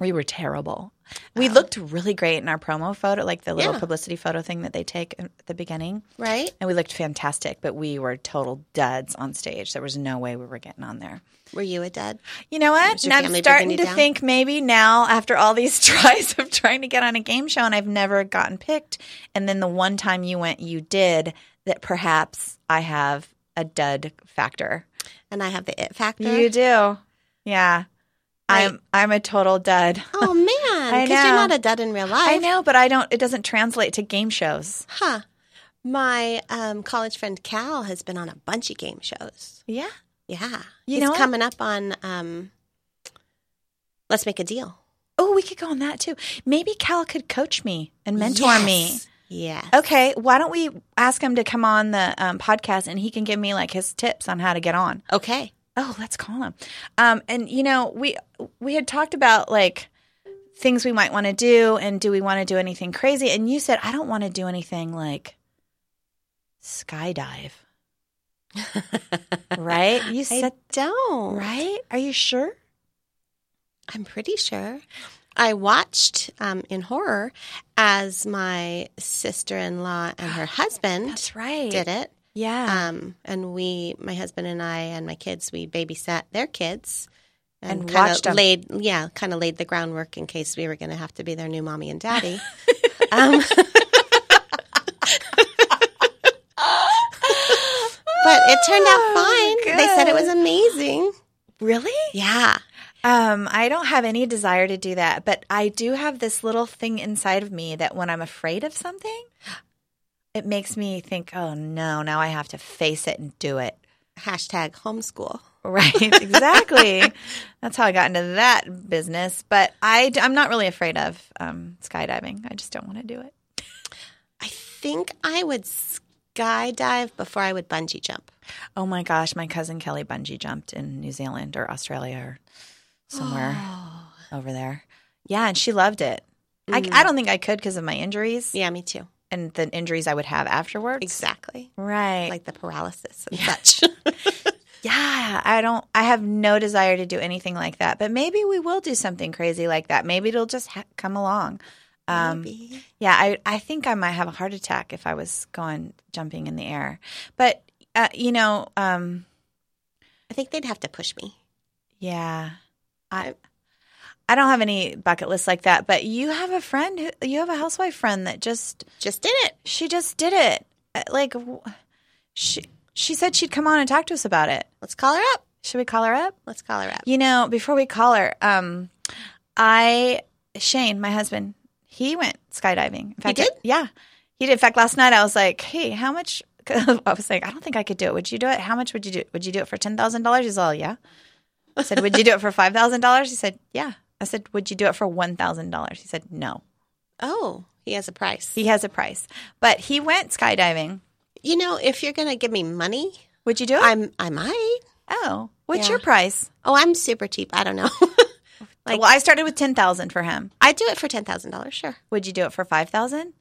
we were terrible. We looked really great in our promo photo, like the little
Oh. Yeah.
publicity photo thing that they take at the beginning.
right?
And we looked fantastic, but we were total duds on stage. There was no way we were getting on there.
Were you a dud?
You know what?
Was your
And I'm
family
starting
breaking
to
you down?
think maybe now, after all these <laughs> tries of trying to get on a game show and I've never gotten picked, and then the one time you went, you did, that perhaps I have a dud factor.
And I have the it factor.
You do. Yeah. I'm I'm a total dud.
Oh
<laughs>
man,
I
because you're
know.
not a dud in real life.
I know, but I don't it doesn't translate to game shows.
Huh. My um, college friend Cal has been on a bunch of game shows.
Yeah.
Yeah.
You
He's
know what?
coming up on um, Let's Make a Deal.
Oh, we could go on that too. Maybe Cal could coach me and mentor me.
Yes. Yes.
Okay, why don't we ask him to come on the um, podcast and he can give me like his tips on how to get on.
Okay.
Oh, let's call him. Um, and you know, we we had talked about like things we might want to do, and do we want to do anything crazy? And you said I don't want to do anything like <laughs> skydive, right? You
I
said
don't.
right. Are you sure?
I'm pretty sure. I watched um, in horror as my sister in law and her husband
right.
did it.
Yeah,
Um, and we, my husband and I, and my kids, we babysat their kids
And
kinda
watched 'em.
Laid, yeah, kind of laid the groundwork in case we were going to have to be their new mommy
<laughs>
and daddy. um, but it turned out
Oh,
fine. They said it was
good.
amazing.
really.
Yeah.
Um, I don't have any desire to do that, but I do have this little thing inside of me that when I'm afraid of something, it makes me think, "Oh no, now I have to face it and do it." <laughs>
Hashtag homeschool.
Right, exactly. That's how I got into that business. But I, am not really afraid of um, skydiving. I just don't want to do it.
I think I would skydive before I would bungee jump.
Oh my gosh, my cousin Kelly bungee jumped in New Zealand or Australia or <gasps> somewhere over there. Yeah, and she loved it. I, I don't think I could because of my injuries
Yeah, me too.
and the injuries I would have afterwards.
Exactly.
Right.
Like the paralysis and such.
yeah, I don't, I have no desire to do anything like that. But maybe we will do something crazy like that. Maybe it'll just ha- come along. <laughs> Um,
Maybe.
Yeah, I, I think I might have a heart attack if I was going jumping in the air. But, uh, you know, um,
I think they'd have to push me.
yeah, I, I don't have any bucket list like that. But you have a friend, who, you have a housewife friend that just,
Just did it.
she just did it. Uh, Like, w- she, she said she'd come on and talk to us about it.
Let's call her up.
Should we call her up?
Let's call her up.
You know, before we call her, um, I Shane, my husband, he went skydiving. In fact,
did?
yeah, he did. In fact, last night I was like, "Hey, how much?" <laughs> I was like, "I don't think I could do it. Would you do it? How much would you do? Would you do it for ten thousand dollars?" He's all, "Yeah." I said, "Would you do it for five thousand dollars?" He said, "Yeah." I said, "Would you do it for one thousand dollars?" He said, "No."
Oh, he has a price.
He has a price, but he went skydiving.
You know, if you're going to give me money,
Would you do it?
I'm I might.
oh, what's
Yeah.
your price?
Oh, I'm super cheap. I don't know. <laughs> Like-
well, I started with ten thousand for him.
I do it for ten thousand dollars. Sure.
Would you do it for five thousand?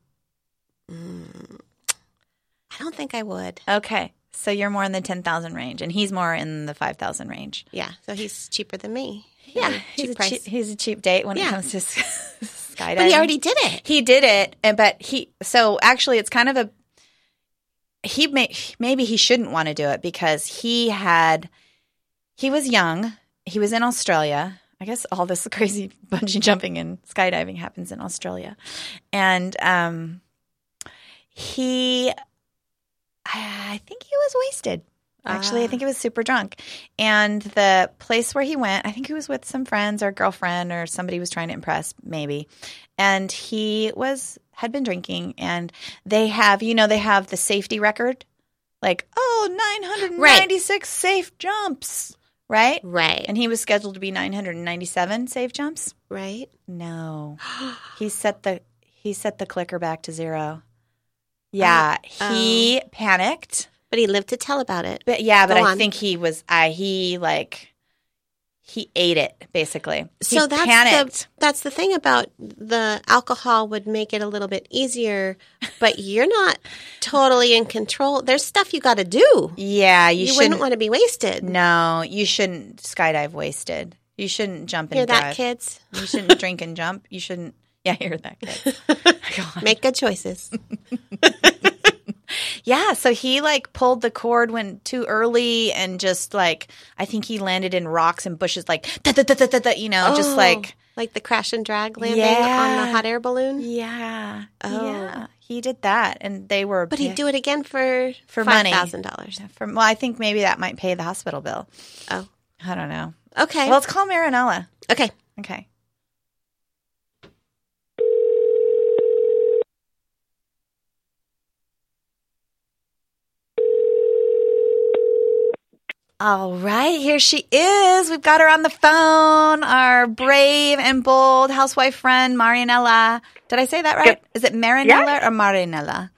I don't think I would.
Okay. So you're more in the 10,000 range and he's more in the 5,000 range.
Yeah. So he's cheaper than me.
He's
cheap
a,
price.
cheap, he's a cheap date when it
Yeah.
comes to s- <laughs> skydiving.
but he already did it.
he did it, and but he so actually it's kind of a he may maybe he shouldn't want to do it because he had he was young. He was in Australia. I guess all this <laughs> crazy bungee jumping and skydiving happens in Australia. And um he I I think he was wasted. Actually, I
Ah.
think he was super drunk. And the place where he went, I think he was with some friends or girlfriend or somebody he was trying to impress, maybe. And he was had been drinking and they have, you know, they have the safety record. Like, oh, 996 safe jumps, right?
Right.
And he was scheduled to be 997 safe jumps.
right. <gasps>
No. he set the he set the clicker back to
Uh,
zero. Yeah,
oh.
he panicked.
But he lived to tell about it.
But yeah, but
Go
I
on.
think he was I he like he ate it basically. He
so that's
panicked.
the that's the thing about the alcohol would make it a little bit easier, but you're not totally in control. There's stuff you got to do.
yeah, you,
You,
shouldn't
wouldn't want to be wasted.
No, you shouldn't skydive wasted. You shouldn't jump and
Hear that,
drive.
kids?
You shouldn't <laughs> drink and jump. You shouldn't. Yeah, hear that,
<laughs>
kid. God.
Make good choices.
Yeah, so he like pulled the cord when too early and just like I think he landed in rocks and bushes like da, da, da, da, da, da, you know,
Oh,
just like
like the crash and drag landing on
Yeah.
the hot air balloon.
yeah.
Oh.
Yeah. He did that and they were
But he'd do it again for
For
five
money.
thousand dollars.
from well, I think maybe that might pay the hospital bill.
Oh,
I don't know.
okay.
Well, let's call Marinella.
okay.
Okay. All right, here she is. We've got her on the phone, our brave and bold housewife friend, Marinella. Did I say that right? Is it Marinella or Marinella?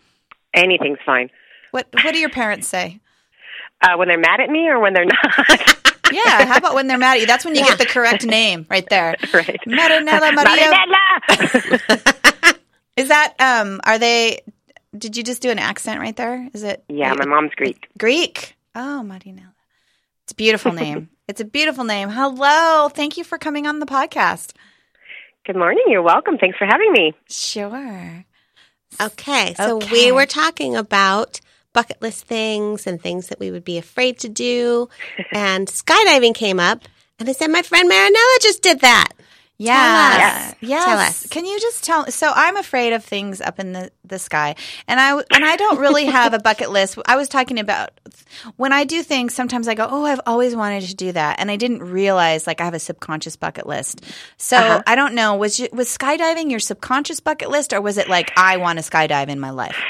Anything's fine.
What What do your parents say?
Uh, when they're mad at me or when they're <laughs> not.
Yeah, how about when they're mad at you? That's when you get the correct name right there.
right.
Marinella Maria.
Marinella!
Is that um are they did you just do an accent right there? Is it
yeah, my mom's Greek.
Greek? Oh, Marinella. It's a beautiful name. it's a beautiful name. Hello. Thank you for coming on the podcast.
Good morning. You're welcome. Thanks for having me.
Sure.
Okay. So
Okay.
we were talking about bucket list things and things that we would be afraid to do, and skydiving came up. And I said, my friend Marinella just did that.
Yeah.
us.
Yes.
Tell us.
Can you just tell so I'm afraid of things up in the, the sky. And I and I don't really have a bucket list. I was talking about when I do things sometimes I go, "Oh, I've always wanted to do that." And I didn't realize like I have a subconscious bucket list. So,
Uh-huh.
I don't know, was you, was skydiving your subconscious bucket list or was it like I want to skydive in my life?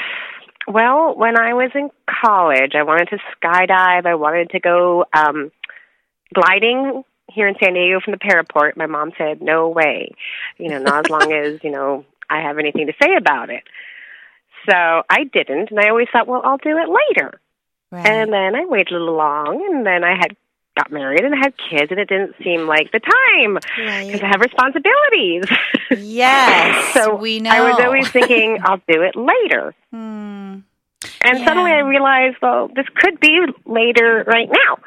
Well, when I was in college, I wanted to skydive. I wanted to go um, gliding here in San Diego from the paraport. My mom said, no way. You know, not as long as, you know, I have anything to say about it. So I didn't. And I always thought, well, I'll do it later.
Right.
And then I waited a little long, and then I had got married and I had kids, and it didn't seem like the time because
Right.
I have responsibilities. <laughs>
yes.
so
we know.
I was always
<laughs>
thinking I'll do it later,
Hmm.
and suddenly I
Yeah.
realized, well, this could be later right now.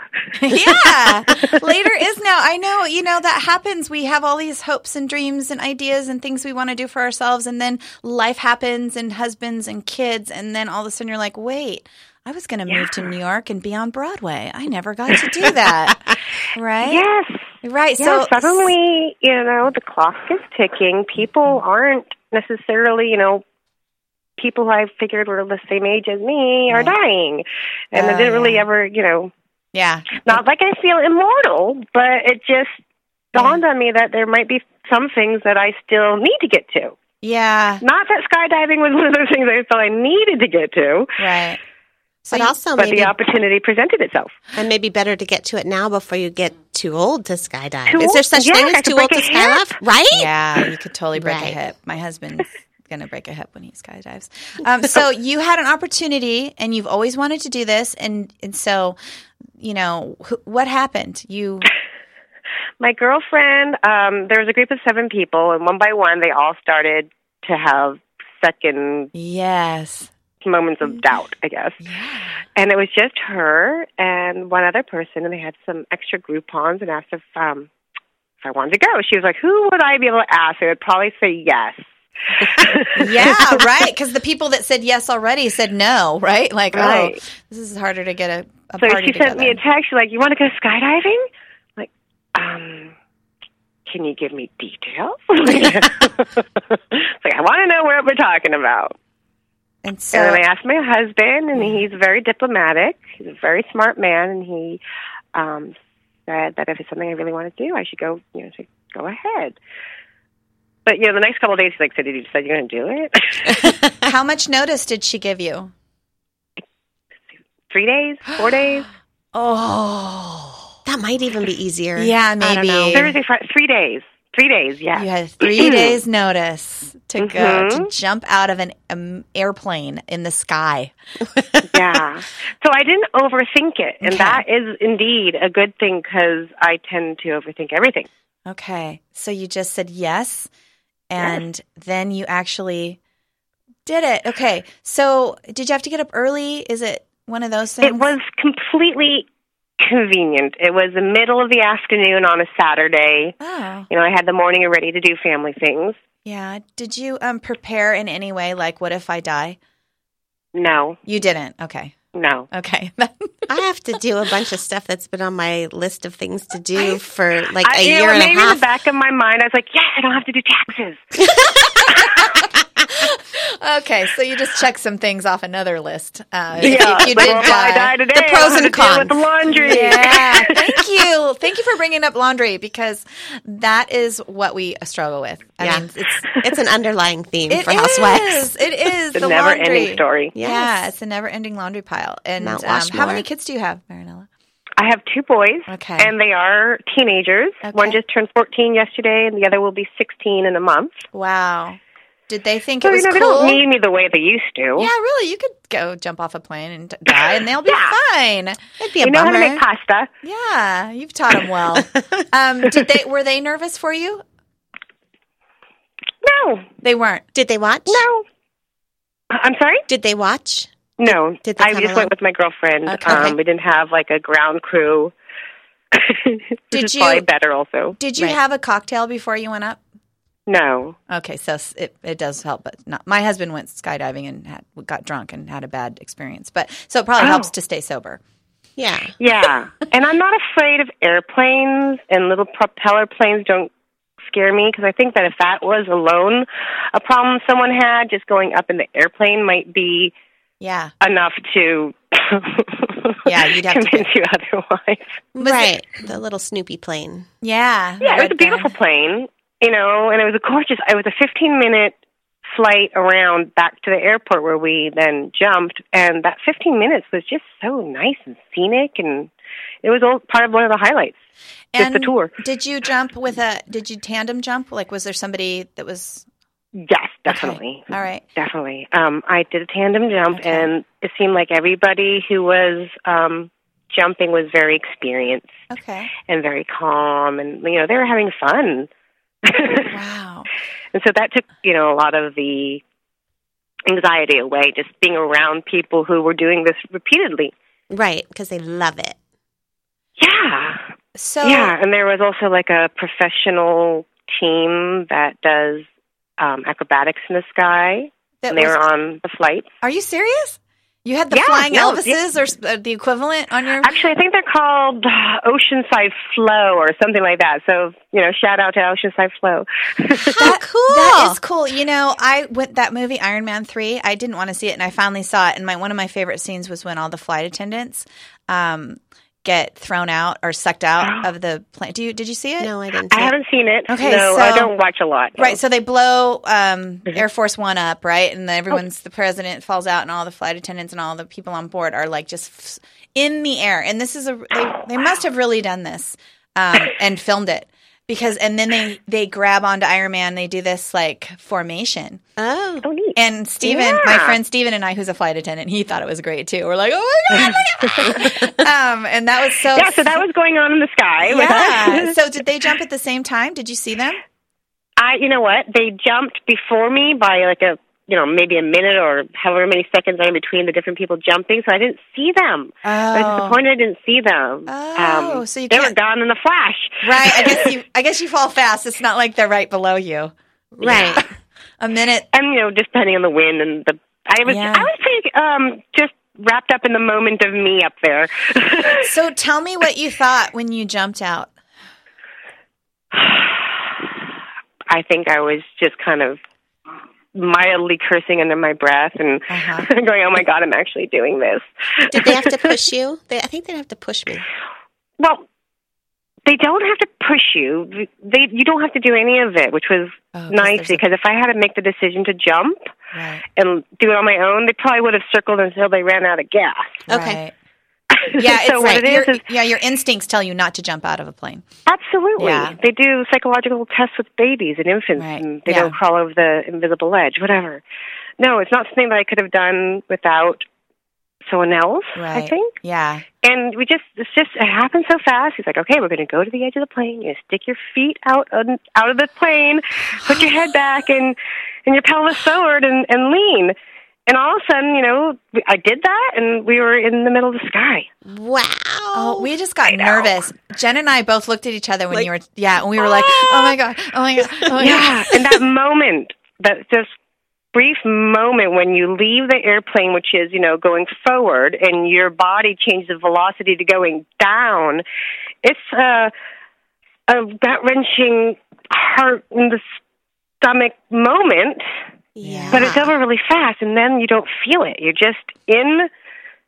yeah. Later is now. I know, you know, that happens. We have all these hopes and dreams and ideas and things we want to do for ourselves. And then life happens and husbands and kids. And then all of a sudden you're like, wait, I was going to move to New York and be on Broadway. I never got to do
<laughs>
that. right?
yes,
Right.
yeah.
so
suddenly, you know, the clock is ticking. People aren't necessarily, you know. People I figured were the same age as me are
Right.
dying, and I
Oh,
didn't really
yeah.
ever, you know,
Yeah.
not like I feel immortal, but it just dawned on me that there might be some things that I still need to get to.
Yeah.
Not that skydiving was <laughs> one of those things I felt I needed to get to,
Right. So
But
you-
also,
but
maybe,
the opportunity presented itself.
and maybe better to get to it now before you get too old to skydive.
Too
Is there
old?
such
Yeah,
thing
I
as
could
too old
break
to
a hip.
skydive? Right?
Yeah, you could totally break
Right.
a hip. My
<laughs>
husband's gonna break a hip when he skydives. Um, so you had an opportunity, and you've always wanted to do this, and and so you know wh- what happened. You
My girlfriend, um, there was a group of seven people, and one by one, they all started to have second
yes,
moments of doubt, I guess. And it was just her and one other person, and they had some extra Groupons and asked if, um, if I wanted to go. She was like, Who would I be able to ask? They would probably say yes.
<laughs> yeah, right. Because the people that said yes already said no, right? Like, oh,
<laughs> Right.
this is harder to get a, a
So
party
she sent me a
together.
text. She's like, You want to go skydiving? I'm Like, um, can you give me
<laughs>
details? <laughs> it's like, I want to know what we're talking about.
and so
And then I asked my husband, and he's very diplomatic. He's a very smart man, and he um, said that if it's something I really want to do, I should go. You know, say, go ahead. But you know, the next couple of days, he's like, "So did you decide you're going to do <laughs> it?
how much notice did she give you?
Three days, four <gasps> days,
Oh,
That might even be easier.
yeah,
don't
maybe.
know.
Thursday, Friday, three days, three days. Um, Yeah,
You had <clears throat> three days' notice to go to
Mhm.
jump out of an um, airplane in the sky.
yeah. So I didn't overthink it, and
Okay.
that is indeed a good thing because I tend to overthink everything.
Okay, so you just said yes, and then you actually did it. Okay, so did you have to get up early? Is it one of those things?
It was completely convenient. It was the middle of the afternoon on a Saturday.
Oh,
You know, I had the morning ready to do family things.
yeah. Did you um, prepare in any way? Like, what if I die?
No,
You didn't. Okay.
no.
Okay. <laughs>
I have to do a bunch of stuff that's been on my list of things to do for like
I,
a
you know,
year and
maybe
a
in
half.
the back of my mind, I was like, yes, I don't have to do
<laughs>
taxes.
okay. So you just check some things off another list. <laughs> Uh, if
yeah,
you- if you
but
did
if I die today,
the
I'll
pros
have
and
to deal
cons.
with the
<laughs>
laundry.
Yeah, thank you. Thank you for bringing up laundry because that is what we struggle with. I
yeah,
mean,
it's it's an underlying theme
it
for
is.
housewives. <laughs>
It is
<laughs> It's
the
a never
laundry.
ending story.
Yes.
Yeah, it's a never-ending laundry pile. And
Mount
um, how many
Rushmore.
kids do you have, Marinella?
I have two boys,
Okay.
and they are teenagers. One
Okay.
just turned 14 yesterday, and the other will be 16 in a month.
Wow. Did they think
So,
it
you
was
know, they
cool?
don't need me the way they used to.
yeah, really. You could go jump off a plane and die, and they'll be
<laughs> Yeah.
fine.
It'd be a
They know
bummer.
how to make pasta.
Yeah, you've taught them
<laughs>
well. um, did they? Were they nervous for you?
No,
They weren't.
Did they watch?
no. I'm sorry?
Did they watch?
No.
Did they
I
come
just
along?
went with my girlfriend.
Okay.
Um, we didn't have like a ground crew. <laughs> Which
Did
is
you-
probably better also.
Did you
Right.
have a cocktail before you went up?
No.
Okay, so s- it, it does help, but not. My husband went skydiving and had, got drunk and had a bad experience, but so it probably
Oh.
helps to stay sober.
Yeah.
<laughs>
Yeah. and I'm not afraid of airplanes and little propeller planes don't scare me because I think that if that was alone a problem someone had, just going up in the airplane might be
Yeah,
enough to
Yeah, you'd have to
<laughs> convince you otherwise.
Was
right. The little Snoopy plane.
yeah,
Yeah, it was
right
a beautiful
there.
plane, you know, and it was a gorgeous. It was a 15 minute flight around back to the airport where we then jumped, and that 15 minutes was just so nice and scenic, and it was all part of one of the highlights.
And
the tour.
Did you jump with a? Did you tandem jump? Like, was there somebody that was?
Yes, definitely.
All right.
Definitely. Um, I did a tandem jump,
Okay.
and it seemed like everybody who was um, jumping was very experienced
Okay.
and very calm, and you know they were having fun. <laughs>
Wow.
And so that took, you know, a lot of the anxiety away, just being around people who were doing this repeatedly.
Right, because they love it.
Yeah.
So
yeah. And there was also like a professional team that does um, acrobatics in the sky.
that
and they
was-
were on the flight.
Are you serious? You had the
Yeah,
flying
no,
Elvises or s- uh, the equivalent on your.
Actually, I think they're called uh, Oceanside Flow or something like that. So, you know, shout out to Oceanside Flow. <laughs>
How cool!
That is cool. You know, I went that movie Iron Man three. I didn't want to see it, and I finally saw it. And my one of my favorite scenes was when all the flight attendants um, get thrown out or sucked out of the plane. Do you did you see it?
Oh. no, I didn't.
I
see it.
haven't seen it.
Okay,
No, I
so-
don't watch a lot.
Right, so they blow um,
Mm-hmm.
Air Force One up, right,
Oh.
and then everyone's the president falls out, and all the flight attendants and all the people on board are like just f- in the air, and this is a they, they must have really done this um,
<laughs>
and filmed it because, and then they they grab onto Iron Man, they do this like formation,
Oh,
Oh, neat.
And Steven, my friend Steven and I, who's a flight attendant, he thought it was great too. We're like, oh my god, look at
<laughs>
that." um, and that was so.
yeah, so that was going on in the sky. with <laughs> us.
Yeah. so did they jump at the same time? Did you see them?
I, you know what? They jumped before me by like a, you know, maybe a minute or however many seconds are in between the different people jumping. So I didn't see them. I was disappointed I didn't see them. Um,
Oh, so you
they were
can't-
gone in the flash.
right. I
<laughs>
guess you. I guess you fall fast. It's not like they're right below you.
right.
A minute.
And you know, just depending on the wind and the, I was,
Yeah.
I was pretty um, just wrapped up in the moment of me up there. <laughs>
So tell me what you thought when you jumped out.
I think I was just kind of mildly cursing under my breath and
Uh-huh.
<laughs> going, "Oh my god, I'm actually doing this."
Did they have to
<laughs>
push you? They, I think they'd have to push me.
Well, they don't have to push you. They you don't have to do any of it, which was
Oh, 'cause
nice
there's a-
because if I had to make the decision to jump
Right.
and do it on my own, they probably would have circled until they ran out of gas.
Okay.
<laughs>
Right. Yeah. It's
so what
right.
it is
Your-
is
yeah. Your instincts tell you not to jump out of a plane.
absolutely
Yeah.
they do psychological tests with babies and infants,
Right.
and they
Yeah.
don't crawl over the invisible edge. Whatever. No, it's not something that I could have done without someone else.
Right.
I think.
Yeah.
And we just, it's just, it happened so fast. He's like, okay, we're going to go to the edge of the plane. You stick your feet out on, out of the plane, put your head back and, and your pelvis forward and, and lean. And all of a sudden, you know, we- I did that, and we were in the middle of the sky.
Wow.
Oh, we just got nervous. Jen and I both looked at each other when
Like-
you were, yeah, and we were like, oh my God, oh my God, oh <laughs> my
"Ah!" <laughs> Yeah,
God.
and that moment, that just brief moment when you leave the airplane, which is, you know, going forward, and your body changes the velocity to going down, it's a, a gut wrenching, heart in the stomach moment,
yeah.
but it's over really fast, and then you don't feel it. You're just in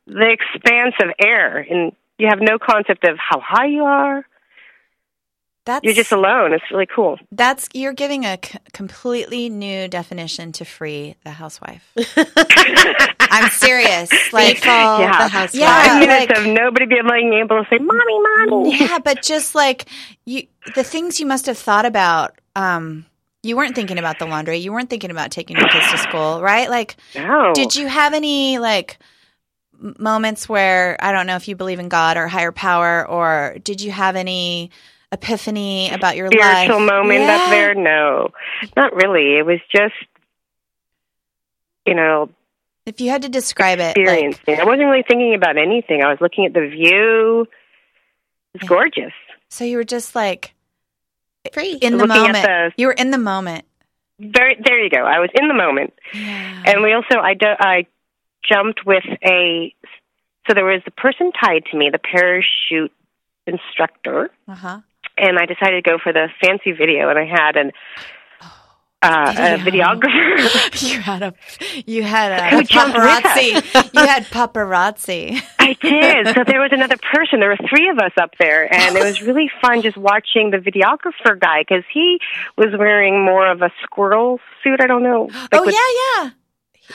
the expanse of air, and you have no concept of how high you are.
That's,
You're just alone. It's really cool.
that's, you're giving a c- completely new definition to free the housewife. I'm
<laughs>
serious. Like,
Call
Yeah.
the housewife.
Yeah.
five minutes
like-
of nobody being able to say, "Mommy, mommy."
yeah, but just like you, the things you must have thought about, um, you weren't thinking about the laundry. You weren't thinking about taking your kids to school, right? Like,
No.
Did you have any like m- moments where I don't know if you believe in God or higher power, or did you have any epiphany about your
spiritual
life?
moment
Yeah.
up there? No, not really. It was just, you know,
If you had to describe it,
experience.
like,
I wasn't really thinking about anything. I was looking at the view. It's
Yeah.
gorgeous.
so you were just like
Free.
in the
Looking at
moment.
the-
you were in the moment.
Very, there you go. I was in the moment.
Yeah.
And we also, I, do, I jumped with a, so there was the person tied to me, the parachute instructor,
uh huh.
and I decided to go for the fancy video, and I had an, uh, a
Video.
videographer. <laughs>
you had a you had a
Who jumped with
paparazzi. you had
<laughs>
paparazzi.
I did. So there was another person. There were three of us up there, and it was really fun just watching the videographer guy because he was wearing more of a squirrel suit. I don't know. like
oh
with-
yeah, yeah.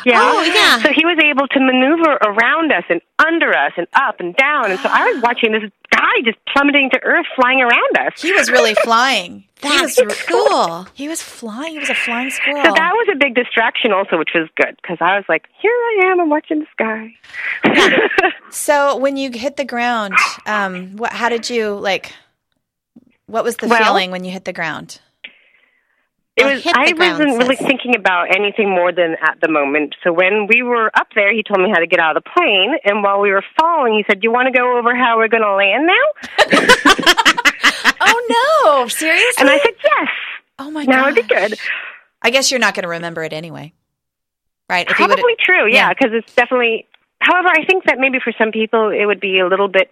yeah.
Oh, yeah.
So he was able to maneuver around us and under us and up and down. And so I was watching this guy just plummeting to earth, flying around us.
He was really
<laughs>
flying.
That's
he was
cool.
he was flying. He was a flying squirrel.
Oh.
So that was a big distraction, also, which was good because I was like, "Here I am, I'm watching the sky."
So when you hit the ground, um, what? How did you like? What was the
Well-
feeling when you hit the
<laughs>
ground?
<laughs> it
Or
was
hit the
i
ground,
wasn't really
sis.
thinking about anything more than at the moment so when we were up there he told me how to get out of the plane and while we were falling he said do you want to go over how we're going to land now
Oh no! Seriously?
<gasps>
and i said yes
oh my god!
now it'd be good
I guess you're not going to remember it anyway, right? If you would've-
probably true
yeah.
yeah because it's definitely however i think that maybe for some people it would be a little bit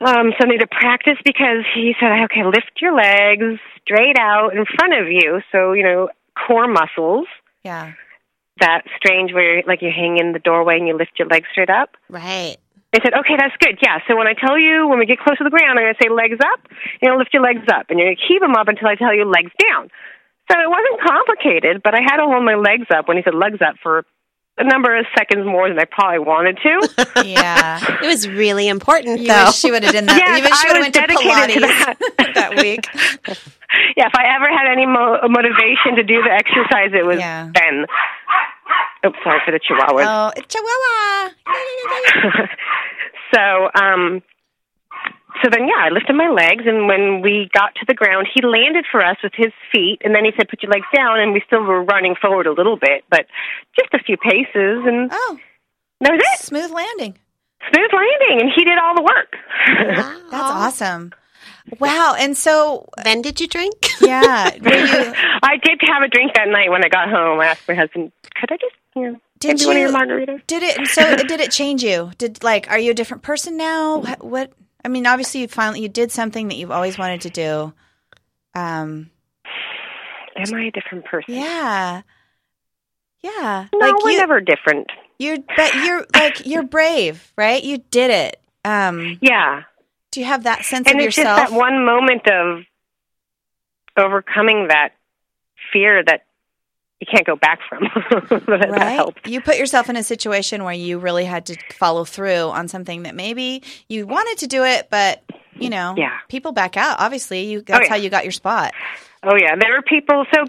um, something to practice because he said, okay, lift your legs straight out in front of you. So, you know, core muscles,
yeah.
that strange where like you hang in the doorway and you lift your legs straight up.
Right.
They said, okay, that's good. Yeah. So when I tell you, when we get close to the ground, I'm going to say legs up. You're going to lift your legs up, and you're going to keep them up until I tell you legs down. So it wasn't complicated, but I had to hold my legs up when he said legs up for a number of seconds more than I probably wanted to.
Yeah.
<laughs>
It was really important,
You
though. <laughs>
wish she would have done that.
Yes,
you wish she
I
would have
was
went to
dedicated to
Pilates <laughs> that
<laughs>
week.
yeah. If I ever had any mo- motivation to do the exercise, it was
Yeah.
then. Oops, sorry for the chihuahuas.
Oh, it's Chihuahua.
<laughs> so um so then yeah i lifted my legs and when we got to the ground he landed for us with his feet and then he said put your legs down and we still were running forward a little bit but just a few paces and
Oh,
that was it
smooth landing.
smooth landing and he did all the work
Wow.
That's awesome. Wow. And so,
Then did you drink?
<laughs>
yeah, were you?
<laughs> i did have a drink that night when i got home i asked my husband could i just you know
Did
maybe one of
you-
your margaritas
Did it? and So did it change you? Did like, are you a different person now? What? what I mean, obviously, you finally you did something that you've always wanted to do. Um.
am i a different person
Yeah. Yeah.
no
like
we're
you,
never different
you, but you're like you're brave, right? You did it. Um.
yeah
Do you have that sense
and
of
it's
yourself?
just that one moment of overcoming that fear that you can't go back from <laughs> that,
right.
helped
You put yourself in a situation where you really had to follow through on something that maybe you wanted to do it, but you know,
Yeah. Oh,
people back out. Obviously, you that's
yeah.
how you got your spot.
oh yeah there were people so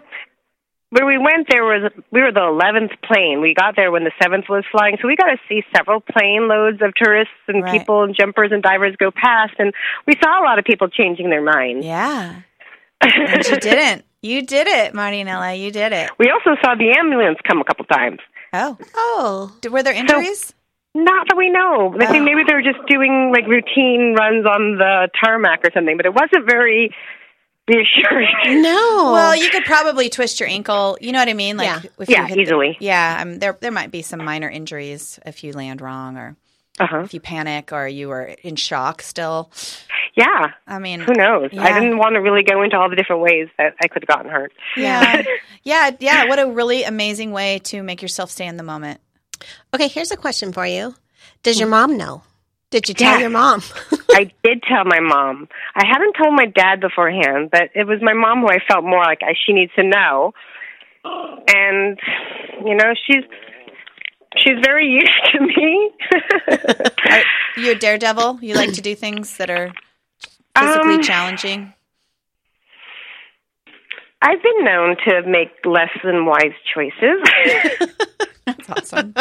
when we went there was we were the 11th plane we got there when the 7th was flying so we got to see several plane loads of tourists and
Right.
people and jumpers and divers go past and we saw a lot of people changing their minds
Yeah.
<laughs>
And you didn't. You did it, Marty and Ella. You did it.
we also saw the ambulance come a couple times
Oh,
Oh,
D- were there injuries?
Not that we know. I
Oh.
think maybe they were just doing like routine runs on the tarmac or something, but it wasn't very reassuring.
no.
well, you could probably twist your ankle. You know what I mean? Like,
Yeah.
if you
yeah,
hit the-
easily.
yeah, um, there there might be some minor injuries if you land wrong or
Uh huh.
if you panic or you were in shock still.
Yeah.
I mean,
Who knows? I
Yeah.
didn't want to really go into all the different ways that I could have gotten hurt.
yeah, yeah, yeah. What a really amazing way to make yourself stay in the moment.
okay, here's a question for you. Does your mom know? Did you tell
Yes.
your mom?
<laughs> I did tell my mom. I hadn't told my dad beforehand, but it was my mom who I felt more like I, she needs to know. And you know, she's she's very <laughs> used to
<laughs>
me.
Are you a daredevil? You like to do things that are physically
Um,
challenging.
I've been known to make less than wise choices.
That's awesome.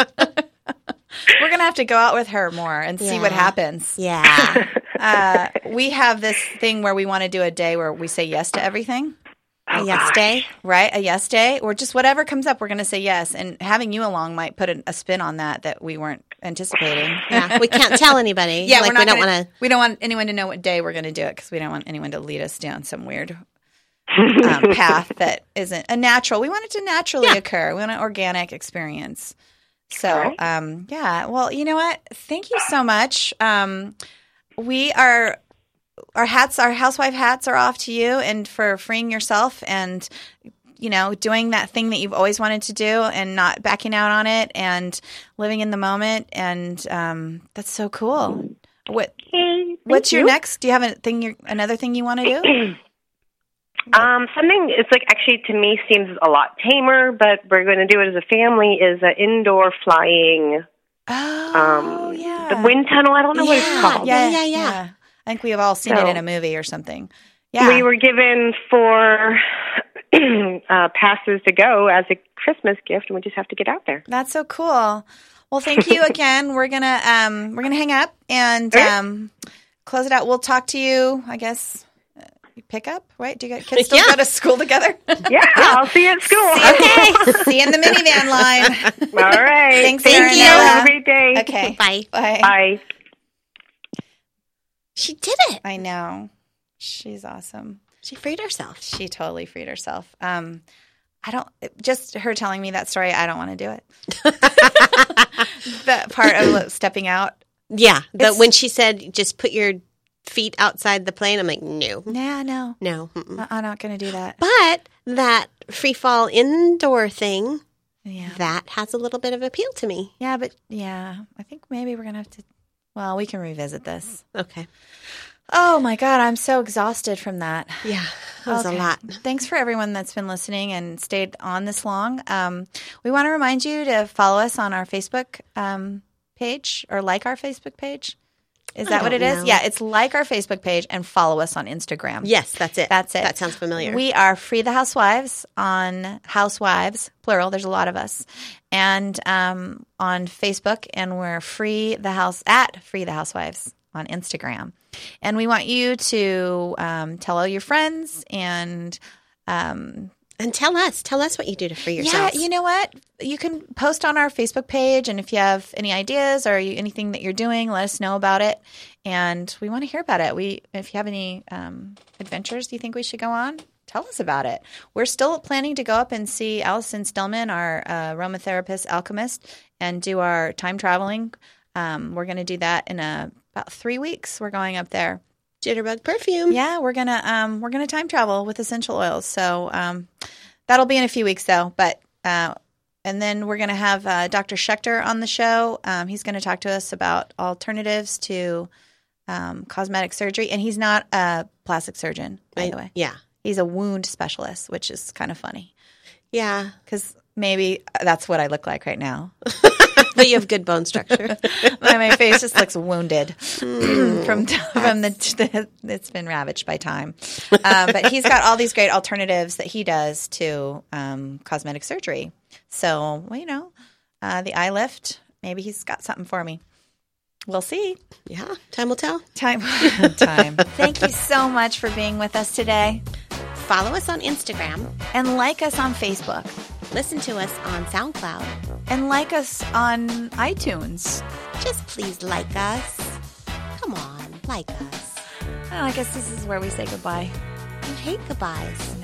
We're gonna have to go out with her more and see what
Yeah.
happens.
<laughs> yeah. Oh,
Uh, we have this thing where we want to do a day where we say yes to everything,
Oh,
yes day.
right? A yes day, or just whatever comes up, we're gonna say yes. And having you along might put an, a spin on that that we weren't anticipating.
Yeah, we can't tell <laughs> anybody.
Yeah,
like
we're not
we don't
gonna-
want to.
We don't want anyone to know what day we're going to do it because we don't want anyone to lead us down some weird
<laughs>
um, path that isn't a natural. We want it to naturally occur. We want an organic experience. So,
Alright.
um, yeah. Well, you know what? Thank you so much. Um, we are our hats, our housewife hats, are off to you, and for freeing yourself and you know doing that thing that you've always wanted to do and not backing out on it and living in the moment. And um, that's so cool. What
Okay,
What's
thank
your
you.
next? Do you have a thing? You're, another thing you want to
<clears throat>
do?
Um, something it's like actually to me seems a lot tamer, but we're going to do it as a family is an indoor flying.
Oh,
Um,
yeah.
the wind tunnel. I don't know what it's
Yeah,
called.
yeah, yeah, yeah.
I think we have all seen it in
So-
a movie or something. Yeah.
We were given four <clears throat> uh, passes to go as a Christmas gift, and we just have to get out there.
That's so cool. Well, thank
<laughs>
you again. we're gonna um, we're gonna hang up and um, close it out. We'll talk to you. I guess uh, pick up. Right? Do you guys kids still go to school
<laughs>
together?
Yeah, I'll see you at school.
okay. See you in the minivan line.
<laughs> All right.
Thanks,
Thank you.
Marinella.
Have a great day.
Okay.
Bye.
Bye.
Bye.
She did it.
I know. She's awesome.
She freed herself.
she totally freed herself. Um, I don't just her telling me that story. I don't want to do it. that part of like, stepping out.
Yeah. The,
It's-
when she said, just put your feet outside the plane, I'm like, no,
Nah, no,
no. mm-mm.
I- I'm not going to do that.
But that free fall indoor thing,
Yeah,
that has a little bit of appeal to me.
yeah, but yeah, I think maybe we're gonna have to. Well, we can revisit this.
Okay.
Oh my god, I'm so exhausted from that.
Yeah. That was
Okay.
a lot.
Thanks for everyone that's been listening and stayed on this long. Um, we want to remind you to follow us on our Facebook um, page or like our Facebook page. Is
I
that what it
don't
is?
know.
Yeah, it's like our Facebook page and follow us on Instagram.
Yes, that's it.
That's it.
That sounds familiar.
We are Free the Housewives on Housewives, plural. There's a lot of us. And um, on Facebook, and we're Free the House at Free the Housewives on Instagram. And we want you to um, tell all your friends and. Um,
and tell us. Tell us what you do to free
yeah,
yourself.
you know what? You can post on our Facebook page, and if you have any ideas or you, anything that you're doing, let us know about it. And we want to hear about it. We, if you have any um, adventures you think we should go on, tell us about it. We're still planning to go up and see Allison Stillman, our uh, aromatherapist alchemist, and do our time traveling. Um, we're going to do that in a, about three weeks. We're going up there.
Jitterbug perfume.
Yeah, we're gonna um, we're gonna time travel with essential oils. So um, that'll be in a few weeks though. But uh, and then we're gonna have uh, Dr. Schechter on the show. Um, he's gonna talk to us about alternatives to um, cosmetic surgery, and he's not a plastic surgeon by
Right?
the way.
Yeah.
He's a wound specialist, which is kind of funny
Yeah.
because maybe that's what I look like right now.
but you have good
<laughs>
bone structure.
my, my face just looks wounded from from the, the it's been ravaged by time. Uh, but he's got all these great alternatives that he does to um, cosmetic surgery. So well, you know, uh, the eye lift. Maybe he's got something for me. We'll see.
yeah. Time will tell.
Time. time. Thank you so much for being with us today,
Follow us on Instagram.
and like us on Facebook.
Listen to us on SoundCloud.
And like us on iTunes.
Just please like us. Come on, like us.
Well, I guess this is where we say goodbye.
I hate goodbyes.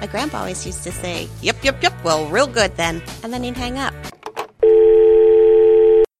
My grandpa always used to say, Yep, yep, yep, well, real good then. And then he'd hang up.